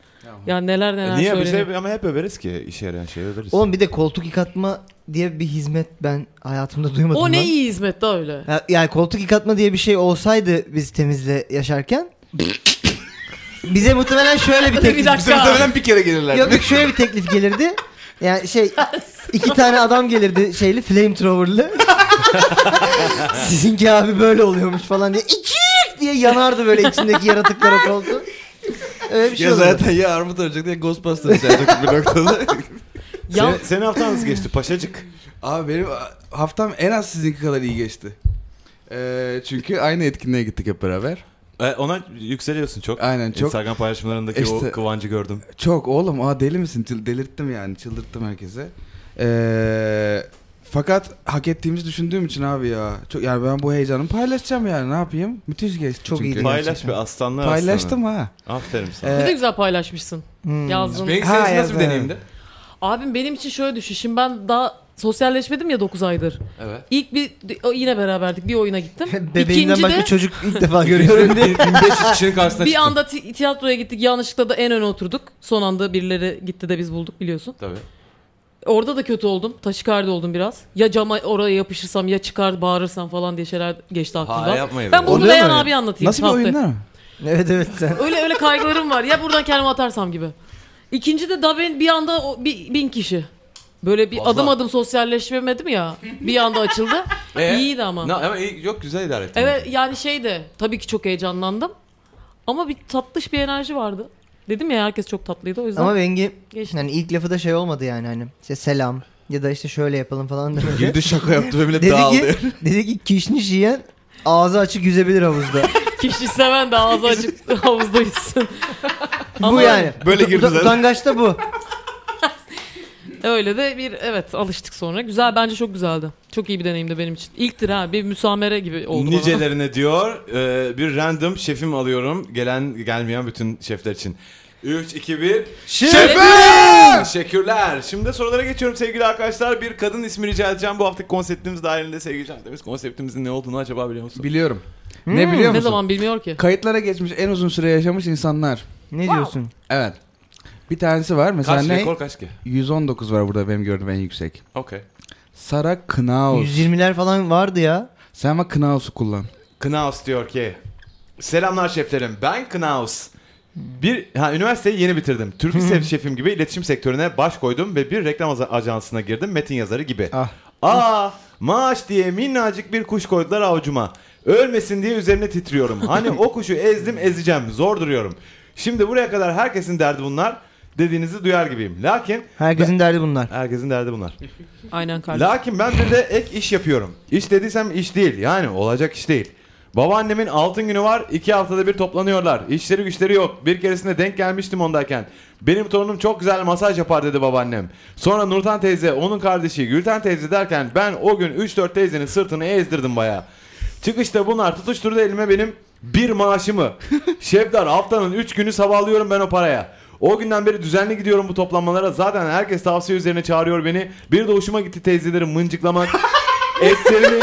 [SPEAKER 5] Yani neler neler
[SPEAKER 2] Niye bir
[SPEAKER 5] E, söyleniyor.
[SPEAKER 2] şey ama hep överiz ki işe yarayan şeyi överiz.
[SPEAKER 4] Oğlum bir de koltuk yıkatma diye bir hizmet ben hayatımda duymadım.
[SPEAKER 5] O ne
[SPEAKER 4] lan.
[SPEAKER 5] iyi hizmet de öyle.
[SPEAKER 4] Ya- Yani koltuk yıkatma diye bir şey olsaydı biz temizle
[SPEAKER 5] [laughs]
[SPEAKER 4] yaşarken bize muhtemelen şöyle bir
[SPEAKER 5] bir
[SPEAKER 4] teklif
[SPEAKER 3] Bize
[SPEAKER 5] dakika.
[SPEAKER 3] muhtemelen bir kere gelirler.
[SPEAKER 4] [laughs] Yok yok, şöyle bir teklif gelirdi.
[SPEAKER 5] [laughs]
[SPEAKER 4] Yani şey iki tane adam gelirdi şeyli flamethrower'lı. [laughs] Sizinki abi böyle oluyormuş falan diye içik diye yanardı böyle içindeki yaratıklara koltuğu. Öyle bir şey
[SPEAKER 3] ya
[SPEAKER 4] olurdu.
[SPEAKER 3] zaten ya armut olacak ya Ghostbusters yapacak bir noktada.
[SPEAKER 5] Ya,
[SPEAKER 2] Sen, senin haftan nasıl geçti paşacık?
[SPEAKER 3] [laughs] Abi benim haftam en az sizinki kadar iyi geçti. Ee, çünkü aynı etkinliğe gittik hep beraber.
[SPEAKER 2] E, ona yükseliyorsun çok. E,
[SPEAKER 3] Aynen, çok.
[SPEAKER 2] Instagram paylaşımlarındaki o
[SPEAKER 3] İşte-
[SPEAKER 2] kıvancı gördüm.
[SPEAKER 3] Çok oğlum aa deli misin? Dil- Delirttim yani çıldırttım herkese. Ee, fakat hak ettiğimizi düşündüğüm için abi ya. Çok, yani ben bu heyecanımı paylaşacağım yani ne yapayım? Müthiş geçti
[SPEAKER 4] Çok
[SPEAKER 3] çünkü.
[SPEAKER 4] iyiydi
[SPEAKER 3] Payla-
[SPEAKER 2] Paylaş be aslanlar
[SPEAKER 3] Paylaştım ha.
[SPEAKER 2] aslanı. Aferin sana.
[SPEAKER 5] ne
[SPEAKER 3] Ee,
[SPEAKER 5] de güzel paylaşmışsın.
[SPEAKER 4] Hmm.
[SPEAKER 5] Yazdın.
[SPEAKER 2] Peki
[SPEAKER 3] Ha,
[SPEAKER 2] senin nasıl bir
[SPEAKER 3] evet. [laughs]
[SPEAKER 2] deneyimdi?
[SPEAKER 5] Abim benim için şöyle düşün. Şimdi ben daha sosyalleşmedim ya 9 aydır.
[SPEAKER 2] Evet.
[SPEAKER 5] İlk bir yine beraberdik. Bir
[SPEAKER 3] [laughs]
[SPEAKER 5] oyuna gittim.
[SPEAKER 4] Bebeğinden başka
[SPEAKER 5] de-
[SPEAKER 4] çocuk ilk defa görüyorum.
[SPEAKER 2] 1500 kişinin karşısına
[SPEAKER 5] Bir
[SPEAKER 2] çıktım.
[SPEAKER 5] anda ti- tiyatroya gittik. Yanlışlıkla da en öne oturduk. Son anda birileri gitti de biz bulduk biliyorsun.
[SPEAKER 2] Tabii.
[SPEAKER 5] Orada da kötü oldum. Taşikardi oldum biraz. Ya cama oraya yapışırsam ya çıkar bağırırsam falan diye şeyler geçti aklımdan.
[SPEAKER 2] Ha, yapmayın
[SPEAKER 5] ben
[SPEAKER 2] be.
[SPEAKER 5] bunu
[SPEAKER 4] Oluyor
[SPEAKER 5] Reyhan
[SPEAKER 4] mu?
[SPEAKER 5] abi anlatayım.
[SPEAKER 3] Nasıl bir
[SPEAKER 5] Haftaya.
[SPEAKER 3] oyunlar mı?
[SPEAKER 4] evet evet sen.
[SPEAKER 5] Öyle öyle kaygılarım var. Ya buradan kendimi atarsam gibi. İkinci de daha ben bir anda o, bir, bin kişi. Böyle bir
[SPEAKER 2] Fazla.
[SPEAKER 5] adım adım sosyalleşmemedim ya. Bir
[SPEAKER 3] [laughs]
[SPEAKER 5] anda açıldı.
[SPEAKER 3] E,
[SPEAKER 2] Ee?
[SPEAKER 5] İyiydi ama.
[SPEAKER 2] Na, ama iyi, yok güzel idare ettin.
[SPEAKER 5] Evet yani şey de tabii ki çok heyecanlandım. Ama bir tatlış bir enerji vardı. Dedim ya herkes çok tatlıydı o yüzden.
[SPEAKER 4] Ama Bengi
[SPEAKER 5] Geçti.
[SPEAKER 4] yani ilk lafı da şey olmadı yani hani işte selam ya da işte şöyle yapalım falan demedi.
[SPEAKER 3] Girdi şaka yaptı ve millet
[SPEAKER 4] dedi ki
[SPEAKER 3] dağıldı.
[SPEAKER 4] dedi ki kişniş yiyen ağzı açık yüzebilir havuzda.
[SPEAKER 5] Kişi seven de ağzı
[SPEAKER 4] [laughs]
[SPEAKER 5] açık havuzda yüzsün.
[SPEAKER 4] bu yani.
[SPEAKER 3] Böyle girdi
[SPEAKER 4] Uta-
[SPEAKER 3] zaten.
[SPEAKER 4] Utangaç da bu.
[SPEAKER 5] Öyle de bir evet alıştık sonra. Güzel bence çok güzeldi. Çok iyi bir deneyimdi benim için. İlktir ha bir müsamere gibi oldu bana.
[SPEAKER 2] Nicelerine diyor e, bir random şefim alıyorum gelen gelmeyen bütün şefler için. 3, 2, 1. Şefim! Teşekkürler. Şimdi de sorulara geçiyorum sevgili arkadaşlar. Bir kadın ismi rica edeceğim. Bu haftaki konseptimiz dahilinde sevgili Şahdemiz. Konseptimizin ne olduğunu acaba biliyor musun?
[SPEAKER 3] Biliyorum. ne biliyor musun?
[SPEAKER 5] Ne zaman bilmiyor ki.
[SPEAKER 3] Kayıtlara geçmiş en uzun süre yaşamış insanlar.
[SPEAKER 4] Ne diyorsun?
[SPEAKER 3] Evet. Bir tanesi var mesela
[SPEAKER 2] kaç
[SPEAKER 3] ne?
[SPEAKER 2] rekor kaç ki?
[SPEAKER 3] 119 var burada benim gördüğüm en yüksek.
[SPEAKER 2] Okey.
[SPEAKER 3] Sara Knaus.
[SPEAKER 4] 120'ler falan vardı ya.
[SPEAKER 3] Sen ama Knaus'u kullan.
[SPEAKER 2] Knaus diyor ki Selamlar şeflerim ben Knaus. Bir ha, üniversiteyi yeni bitirdim. Türk lise şefim gibi iletişim sektörüne baş koydum ve bir reklam aza- ajansına girdim metin yazarı gibi.
[SPEAKER 3] Ah.
[SPEAKER 2] Aa maaş diye minnacık bir kuş koydular avucuma. Ölmesin diye üzerine titriyorum. Hani o kuşu ezdim ezeceğim zor duruyorum. Şimdi buraya kadar herkesin derdi bunlar dediğinizi duyar gibiyim. Lakin
[SPEAKER 4] Herkesin derdi bunlar.
[SPEAKER 2] herkesin derdi bunlar.
[SPEAKER 5] Aynen kardeşim.
[SPEAKER 2] Lakin ben bir de ek iş yapıyorum. İş dediysem iş değil. Yani olacak iş değil. Babaannemin altın günü var. iki haftada bir toplanıyorlar. İşleri güçleri yok. Bir keresinde denk gelmiştim ondayken. Benim torunum çok güzel masaj yapar dedi babaannem. Sonra Nurten teyze, onun kardeşi Gülten teyze derken ben o gün 3-4 teyzenin sırtını ezdirdim bayağı. Çıkışta bunlar tutuşturdu elime benim bir maaşımı. Şefdar haftanın 3 günü sabahlıyorum ben o paraya. O günden beri düzenli gidiyorum bu toplanmalara. Zaten herkes tavsiye üzerine çağırıyor beni. Bir de hoşuma gitti teyzeleri mıncıklamak. Etlerini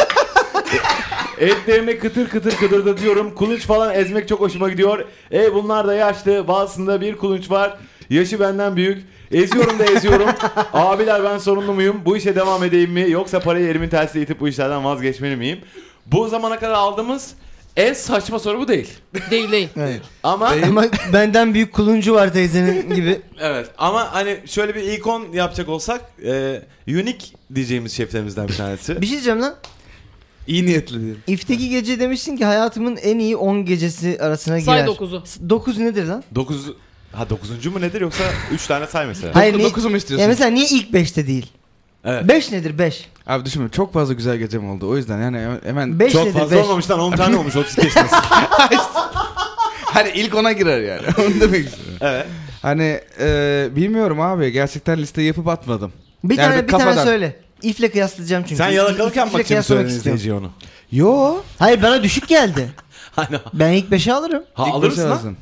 [SPEAKER 2] Etlerini kıtır kıtır kıtırda diyorum. Kulunç falan ezmek çok hoşuma gidiyor. E bunlar da yaşlı. Bazısında bir kulunç var. Yaşı benden büyük. Eziyorum da eziyorum.
[SPEAKER 4] [laughs]
[SPEAKER 2] Abiler ben sorumlu muyum? Bu işe devam edeyim mi? Yoksa parayı elimin tersiyle itip bu işlerden vazgeçmeli miyim? Bu zamana kadar aldığımız en saçma soru bu değil.
[SPEAKER 5] Değil değil.
[SPEAKER 4] Evet.
[SPEAKER 2] Ama
[SPEAKER 4] Ama benden büyük kuluncu var teyzenin gibi.
[SPEAKER 2] evet ama hani şöyle bir ikon yapacak olsak e, unique diyeceğimiz şeflerimizden bir tanesi.
[SPEAKER 4] Bir şey diyeceğim lan.
[SPEAKER 3] İyi niyetli diyelim.
[SPEAKER 4] İfteki gece demiştin ki hayatımın en iyi 10 gecesi arasına
[SPEAKER 5] Say
[SPEAKER 4] girer.
[SPEAKER 5] 9'u.
[SPEAKER 4] 9 nedir lan?
[SPEAKER 2] 9 ha 9. mu nedir yoksa 3 tane say mesela.
[SPEAKER 4] Hayır, ne-
[SPEAKER 3] Dokuzu mu istiyorsun?
[SPEAKER 4] Ya mesela niye ilk 5'te değil?
[SPEAKER 2] Evet.
[SPEAKER 4] 5 nedir 5?
[SPEAKER 3] Abi düşünme çok fazla güzel gecem oldu. O yüzden yani hemen...
[SPEAKER 4] 5
[SPEAKER 2] Çok
[SPEAKER 4] dedi
[SPEAKER 2] fazla
[SPEAKER 4] 5.
[SPEAKER 2] olmamış lan 10
[SPEAKER 4] [laughs]
[SPEAKER 2] tane olmuş 30 geçtiniz.
[SPEAKER 3] hani ilk ona girer yani. [laughs] Onu demek istiyorum.
[SPEAKER 2] Evet.
[SPEAKER 3] Hani e, bilmiyorum abi gerçekten liste yapıp atmadım.
[SPEAKER 4] Bir
[SPEAKER 3] Yani
[SPEAKER 4] tane bir
[SPEAKER 3] kafadan.
[SPEAKER 4] tane söyle. İfle kıyaslayacağım çünkü.
[SPEAKER 2] Sen yalakalıken
[SPEAKER 4] İfle
[SPEAKER 2] bakacağım için mi
[SPEAKER 4] kıyaslamak
[SPEAKER 2] söyledin
[SPEAKER 4] istiyorum.
[SPEAKER 2] izleyiciye onu?
[SPEAKER 3] Yo.
[SPEAKER 4] Hayır bana düşük geldi.
[SPEAKER 2] Hani
[SPEAKER 4] Ben ilk 5'e alırım.
[SPEAKER 2] ha,
[SPEAKER 3] İlk
[SPEAKER 2] alır
[SPEAKER 3] başa
[SPEAKER 2] mısın lan?
[SPEAKER 3] alsın.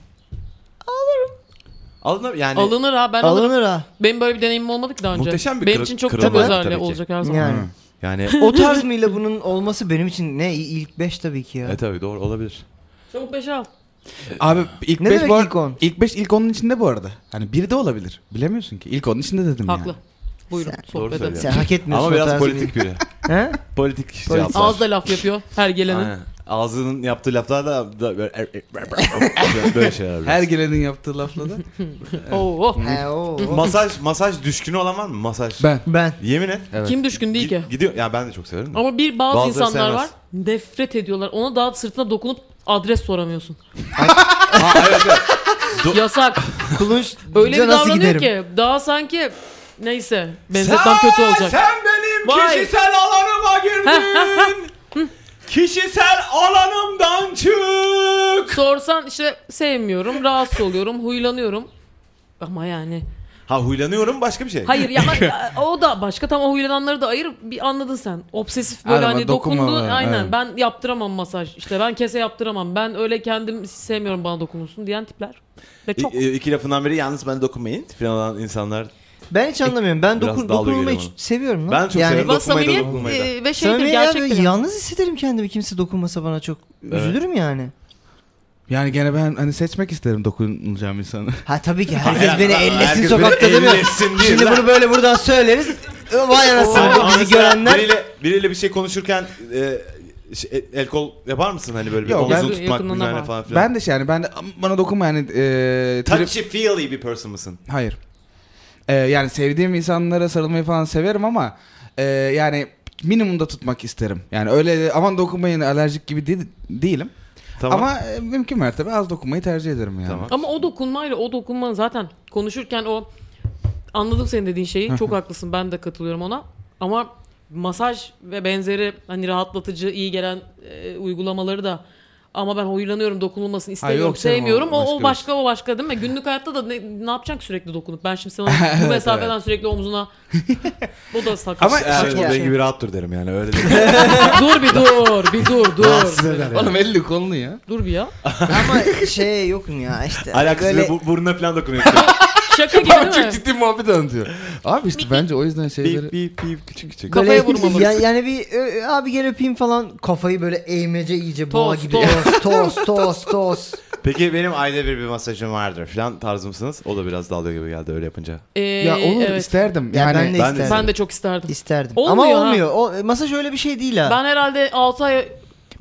[SPEAKER 2] Alınır yani.
[SPEAKER 5] Alınır ha ben alırım.
[SPEAKER 4] Alınır ha.
[SPEAKER 5] Benim böyle bir deneyimim olmadı ki daha önce.
[SPEAKER 2] Muhteşem bir
[SPEAKER 5] Benim
[SPEAKER 2] kırı-
[SPEAKER 5] için çok
[SPEAKER 2] kırılma
[SPEAKER 5] çok özel
[SPEAKER 2] tabii ki.
[SPEAKER 5] olacak her zaman.
[SPEAKER 4] Yani.
[SPEAKER 5] [laughs]
[SPEAKER 2] Yani
[SPEAKER 4] o tarz mıyla bunun olması benim için ne ilk 5 tabii ki ya.
[SPEAKER 2] e tabii doğru olabilir.
[SPEAKER 5] Çabuk beşe al.
[SPEAKER 3] Abi ilk
[SPEAKER 4] Ne
[SPEAKER 3] 5
[SPEAKER 4] demek
[SPEAKER 3] bu ar-
[SPEAKER 4] ilk on?
[SPEAKER 3] ilk 5 ilk 10'un içinde bu arada. Hani biri de olabilir. Bilemiyorsun ki. İlk 10'un içinde dedim
[SPEAKER 5] Haklı.
[SPEAKER 3] yani.
[SPEAKER 5] Buyurun
[SPEAKER 4] Sen-
[SPEAKER 2] Doğru
[SPEAKER 5] sohbet edelim.
[SPEAKER 2] söylüyorsun.
[SPEAKER 4] Sen hak etmiyorsun
[SPEAKER 2] Ama
[SPEAKER 4] o
[SPEAKER 2] biraz
[SPEAKER 4] tarz
[SPEAKER 2] politik
[SPEAKER 5] [laughs]
[SPEAKER 2] biri. [laughs]
[SPEAKER 4] bir- He?
[SPEAKER 2] politik cevaplar.
[SPEAKER 5] Ağızda laf yapıyor her gelenin.
[SPEAKER 2] Aynen. Ağzının yaptığı laflar da, da böyle, er, böyle- er, böyle şeyler.
[SPEAKER 3] Her gelenin yaptığı lafla da.
[SPEAKER 5] Oo, oh.
[SPEAKER 4] He o.
[SPEAKER 2] [laughs]
[SPEAKER 4] o.
[SPEAKER 2] masaj masaj düşkünü olan var mı? Masaj.
[SPEAKER 3] ben.
[SPEAKER 4] Ben.
[SPEAKER 2] Yemin et.
[SPEAKER 3] Evet.
[SPEAKER 5] Kim düşkün değil ki.
[SPEAKER 2] Gi- Gidiyor. Ya ben de çok severim. de.
[SPEAKER 5] Ama bir bazı
[SPEAKER 2] Bazıları
[SPEAKER 5] insanlar
[SPEAKER 2] sevmez.
[SPEAKER 5] var nefret ediyorlar. Ona daha sırtına dokunup adres soramıyorsun.
[SPEAKER 2] [laughs] Ha, evet, evet. Do-
[SPEAKER 5] Yasak.
[SPEAKER 4] Kulunç
[SPEAKER 5] [laughs] Öyle bir
[SPEAKER 4] nasıl
[SPEAKER 5] davranıyor
[SPEAKER 4] giderim?
[SPEAKER 5] ki daha sanki neyse benzetmem kötü olacak.
[SPEAKER 2] Sen benim
[SPEAKER 5] Vay.
[SPEAKER 2] kişisel alanıma
[SPEAKER 5] [laughs]
[SPEAKER 2] girdin. kişisel alanımdan çık.
[SPEAKER 5] Sorsan işte sevmiyorum, rahatsız oluyorum, huylanıyorum. Ama yani.
[SPEAKER 2] Ha huylanıyorum başka bir şey.
[SPEAKER 5] Hayır ya
[SPEAKER 3] [laughs]
[SPEAKER 5] ben- o da başka tam o huylananları da ayır bir anladın sen. Obsesif böyle
[SPEAKER 3] Adama
[SPEAKER 5] hani dokundu.
[SPEAKER 3] dokunma,
[SPEAKER 5] Aynen
[SPEAKER 3] evet.
[SPEAKER 5] ben yaptıramam masaj. İşte ben kese yaptıramam. Ben öyle kendim sevmiyorum bana dokunulsun diyen tipler. Ve çok.
[SPEAKER 2] İ- e, iki lafından biri yalnız bana dokunmayın falan olan insanlar.
[SPEAKER 4] Ben hiç anlamıyorum. Ben
[SPEAKER 2] Biraz
[SPEAKER 4] dokun,
[SPEAKER 2] dalga
[SPEAKER 4] dokunulmayı
[SPEAKER 2] geliyor
[SPEAKER 4] hiç seviyorum lan.
[SPEAKER 2] Ben çok severim.
[SPEAKER 5] Ama
[SPEAKER 2] dokunmayı da
[SPEAKER 5] samimiyet
[SPEAKER 2] dokunmayı da.
[SPEAKER 5] e, ve şeydir
[SPEAKER 4] Samimi
[SPEAKER 5] gerçekten.
[SPEAKER 4] yani yalnız hissederim kendimi kimse dokunmasa bana çok üzülürüm yani.
[SPEAKER 3] Yani gene ben hani seçmek isterim dokunulacağım insanı.
[SPEAKER 4] Ha tabii
[SPEAKER 2] [laughs]
[SPEAKER 4] ki herkes
[SPEAKER 2] Hayır,
[SPEAKER 4] beni
[SPEAKER 2] lan,
[SPEAKER 4] ellesin
[SPEAKER 2] herkes
[SPEAKER 4] sokakta
[SPEAKER 2] beni
[SPEAKER 4] demiyor.
[SPEAKER 2] ellesin değil
[SPEAKER 4] Şimdi
[SPEAKER 2] lan.
[SPEAKER 4] bunu böyle buradan söyleriz. Vay anasını
[SPEAKER 2] Ama
[SPEAKER 4] bu bizi
[SPEAKER 2] mesela
[SPEAKER 4] görenler.
[SPEAKER 2] Biriyle, biriyle bir şey konuşurken e, şey, e, el kol yapar mısın hani böyle bir
[SPEAKER 3] Yok,
[SPEAKER 2] omuzunu
[SPEAKER 3] ben-
[SPEAKER 2] tutmak
[SPEAKER 5] yakından
[SPEAKER 2] bilmem ne
[SPEAKER 5] ama.
[SPEAKER 2] falan filan.
[SPEAKER 3] ben de şey yani ben de "Am, bana dokunma yani. E, trip-
[SPEAKER 2] Touchy feely bir person mısın?
[SPEAKER 3] Hayır. Ee, yani sevdiğim insanlara sarılmayı falan severim ama e, yani minimumda tutmak isterim. Yani öyle de, aman dokunmayın alerjik gibi de- değilim.
[SPEAKER 2] Tamam.
[SPEAKER 3] Ama e, mümkün mertebe az dokunmayı tercih ederim yani.
[SPEAKER 2] Tamam.
[SPEAKER 5] Ama o dokunmayla o dokunma zaten konuşurken o anladım senin dediğin şeyi. Çok haklısın. Ben de katılıyorum ona. Ama masaj ve benzeri hani rahatlatıcı iyi gelen e, uygulamaları da ama ben huylanıyorum dokunulmasını istemiyorum
[SPEAKER 3] yok canım, o
[SPEAKER 5] sevmiyorum o,
[SPEAKER 3] başka
[SPEAKER 5] o
[SPEAKER 3] bir şey.
[SPEAKER 5] başka o başka değil mi? Günlük hayatta da ne, ne yapacaksın sürekli dokunup ben
[SPEAKER 3] [laughs]
[SPEAKER 5] şimdi sana bu mesafeden sürekli omzuna o da sakat.
[SPEAKER 3] Ama-
[SPEAKER 5] Sakat.
[SPEAKER 2] Evet,
[SPEAKER 3] Şey-
[SPEAKER 2] şey,
[SPEAKER 3] şey-
[SPEAKER 2] gibi rahat dur derim yani
[SPEAKER 4] [laughs]
[SPEAKER 2] öyle değil.
[SPEAKER 5] [laughs] dur bir dur
[SPEAKER 3] [laughs]
[SPEAKER 5] bir dur dur.
[SPEAKER 3] [laughs] Oğlum elli kolunu ya.
[SPEAKER 5] dur
[SPEAKER 3] [laughs]
[SPEAKER 5] bir ya.
[SPEAKER 4] Ama şey yok mu ya işte.
[SPEAKER 2] Alakasız
[SPEAKER 4] Böyle-
[SPEAKER 2] ve bu, burnuna falan dokunuyor.
[SPEAKER 4] [laughs]
[SPEAKER 5] Şaka gibi
[SPEAKER 3] Abi
[SPEAKER 5] [laughs] değil
[SPEAKER 3] çok
[SPEAKER 5] mi?
[SPEAKER 3] ciddi muhabbet anlatıyor. Abi işte bence o yüzden
[SPEAKER 2] bip
[SPEAKER 3] şeyleri...
[SPEAKER 2] bip bip küçük küçük.
[SPEAKER 5] Ka-
[SPEAKER 4] Böyle
[SPEAKER 5] Kafaya vurmamalısın.
[SPEAKER 4] ya- yani bir ö- ö- abi gel öpeyim falan kafayı böyle eğmece iyice boğa
[SPEAKER 5] Toz,
[SPEAKER 4] gibi.
[SPEAKER 5] toz.
[SPEAKER 4] Toz toz toz toz.
[SPEAKER 2] Peki benim ayda bir bir masajım vardır falan tarzımsınız. O da biraz dalga gibi geldi öyle yapınca.
[SPEAKER 5] Ee,
[SPEAKER 3] Ya olur
[SPEAKER 5] evet.
[SPEAKER 3] isterdim.
[SPEAKER 4] Ya
[SPEAKER 3] Yani
[SPEAKER 4] ben de
[SPEAKER 2] ben de
[SPEAKER 4] isterdim.
[SPEAKER 5] Ben de çok isterdim.
[SPEAKER 4] İsterdim.
[SPEAKER 5] Olmuyor
[SPEAKER 4] Ama
[SPEAKER 5] ha.
[SPEAKER 4] olmuyor. O, masaj öyle bir şey değil ha.
[SPEAKER 5] Ben herhalde 6 ay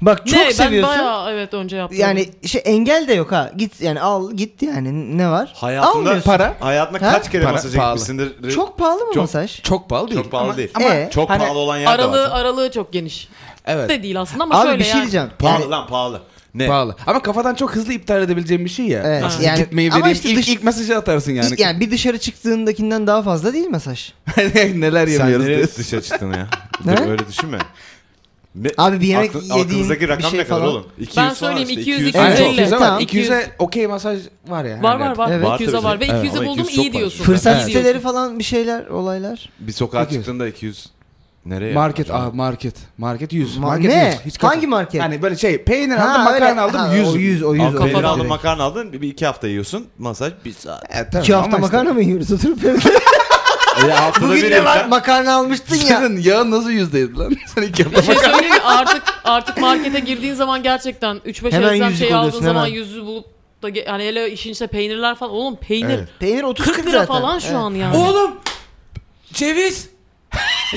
[SPEAKER 4] Bak çok
[SPEAKER 5] ne,
[SPEAKER 4] seviyorsun.
[SPEAKER 5] Ben bayağı evet önce yaptım.
[SPEAKER 4] Yani şey engel de yok ha. Git yani al git yani ne var?
[SPEAKER 2] Hayatında
[SPEAKER 4] Almıyorsun.
[SPEAKER 3] para.
[SPEAKER 2] Hayatına
[SPEAKER 4] Ha?
[SPEAKER 2] kaç kere
[SPEAKER 3] Para,
[SPEAKER 2] masaja
[SPEAKER 3] pahalı.
[SPEAKER 2] gitmişsindir?
[SPEAKER 4] Çok pahalı mı
[SPEAKER 2] Çok-
[SPEAKER 4] masaj?
[SPEAKER 3] Çok pahalı değil.
[SPEAKER 2] Çok pahalı
[SPEAKER 3] ama-
[SPEAKER 2] değil.
[SPEAKER 3] Ama
[SPEAKER 4] Ee?
[SPEAKER 2] Çok
[SPEAKER 3] Hani-
[SPEAKER 2] pahalı olan yer de
[SPEAKER 5] aralığı
[SPEAKER 2] var.
[SPEAKER 5] aralığı çok geniş.
[SPEAKER 3] evet.
[SPEAKER 5] De değil aslında ama şöyle
[SPEAKER 4] Abi bir şey
[SPEAKER 5] yani.
[SPEAKER 4] diyeceğim.
[SPEAKER 2] Pahalı
[SPEAKER 4] Yani-
[SPEAKER 2] lan pahalı. Ne?
[SPEAKER 3] Pahalı. Ama kafadan çok hızlı iptal edebileceğim bir şey ya.
[SPEAKER 4] Evet,
[SPEAKER 3] Nasıl
[SPEAKER 4] yani-
[SPEAKER 3] gitmeyi
[SPEAKER 4] ama
[SPEAKER 3] vereyim
[SPEAKER 4] işte
[SPEAKER 3] ilk,
[SPEAKER 4] dış-
[SPEAKER 3] ilk mesajı atarsın yani. [laughs]
[SPEAKER 4] Yani. bir dışarı çıktığındakinden daha fazla değil masaj.
[SPEAKER 3] Hani Neler
[SPEAKER 2] Sen
[SPEAKER 3] yemiyoruz
[SPEAKER 2] nereye
[SPEAKER 3] diye.
[SPEAKER 2] dışa
[SPEAKER 3] [laughs]
[SPEAKER 2] çıktın ya?
[SPEAKER 4] Ne?
[SPEAKER 2] Dur, öyle düşünme. Ne-
[SPEAKER 4] Abi bir yemek
[SPEAKER 2] Aklın-
[SPEAKER 4] yediğin
[SPEAKER 2] aklınızdaki
[SPEAKER 4] bir
[SPEAKER 2] rakam
[SPEAKER 4] şey
[SPEAKER 2] ne kadar
[SPEAKER 4] falan.
[SPEAKER 2] oğlum? 200
[SPEAKER 5] Ben
[SPEAKER 2] falan
[SPEAKER 5] söyleyeyim,
[SPEAKER 2] işte,
[SPEAKER 5] 200,
[SPEAKER 3] Aynen,
[SPEAKER 4] 250.
[SPEAKER 3] 200'e Hani var.
[SPEAKER 4] Tamam.
[SPEAKER 3] 200'e okey masaj var ya.
[SPEAKER 5] Var
[SPEAKER 3] hani.
[SPEAKER 5] var var.
[SPEAKER 4] Evet.
[SPEAKER 2] Var
[SPEAKER 5] 200'e
[SPEAKER 2] tabii
[SPEAKER 5] var ve
[SPEAKER 2] canım.
[SPEAKER 5] 200'e
[SPEAKER 2] Evet.
[SPEAKER 5] buldum
[SPEAKER 2] 200 çok
[SPEAKER 5] iyi
[SPEAKER 2] var.
[SPEAKER 5] diyorsun.
[SPEAKER 4] Fırsat
[SPEAKER 5] İyi
[SPEAKER 4] siteleri
[SPEAKER 5] diyorsun.
[SPEAKER 4] falan bir şeyler olaylar.
[SPEAKER 2] Bir sokağa
[SPEAKER 3] 200.
[SPEAKER 2] çıktığında 200 nereye?
[SPEAKER 3] Market
[SPEAKER 2] yapacağım?
[SPEAKER 3] ah market. Market 100.
[SPEAKER 4] Ma-
[SPEAKER 3] market
[SPEAKER 4] ne?
[SPEAKER 3] 100. Hiç
[SPEAKER 4] Hangi
[SPEAKER 3] kafa-
[SPEAKER 4] market?
[SPEAKER 3] Yani böyle şey peynir aldım,
[SPEAKER 4] Ha, öyle-
[SPEAKER 3] makarna aldım
[SPEAKER 4] ha,
[SPEAKER 3] 100.
[SPEAKER 4] O 100 o 100.
[SPEAKER 2] Al,
[SPEAKER 4] o
[SPEAKER 2] peynir
[SPEAKER 4] 100
[SPEAKER 2] aldın,
[SPEAKER 4] direkt.
[SPEAKER 2] makarna aldın, bir bir iki hafta yiyorsun. Masaj bir saat.
[SPEAKER 3] Evet, E, tabii.
[SPEAKER 4] İki hafta
[SPEAKER 3] Ama işte-
[SPEAKER 4] makarna mı yiyoruz oturup evde?
[SPEAKER 2] E, haftada
[SPEAKER 4] Bugün
[SPEAKER 2] bir
[SPEAKER 4] de var
[SPEAKER 2] yiyorsan-
[SPEAKER 4] makarna almıştın ya.
[SPEAKER 3] Senin yağın nasıl yüzdeydi lan? Sen iki hafta
[SPEAKER 5] Bir şey söyleyeyim mi? Artık artık markete girdiğin zaman gerçekten 3-5
[SPEAKER 4] Hemen
[SPEAKER 5] elzem
[SPEAKER 4] yüzlük
[SPEAKER 5] şey aldığın
[SPEAKER 4] alıyorsun,
[SPEAKER 5] zaman
[SPEAKER 4] hemen.
[SPEAKER 5] yüzü bulup da ge- hani hele işin içinde peynirler falan. Oğlum peynir
[SPEAKER 3] Evet.
[SPEAKER 4] Peynir 30
[SPEAKER 5] 40 lira
[SPEAKER 4] zaten.
[SPEAKER 5] falan şu
[SPEAKER 4] Evet.
[SPEAKER 5] an yani.
[SPEAKER 2] Oğlum! Ceviz!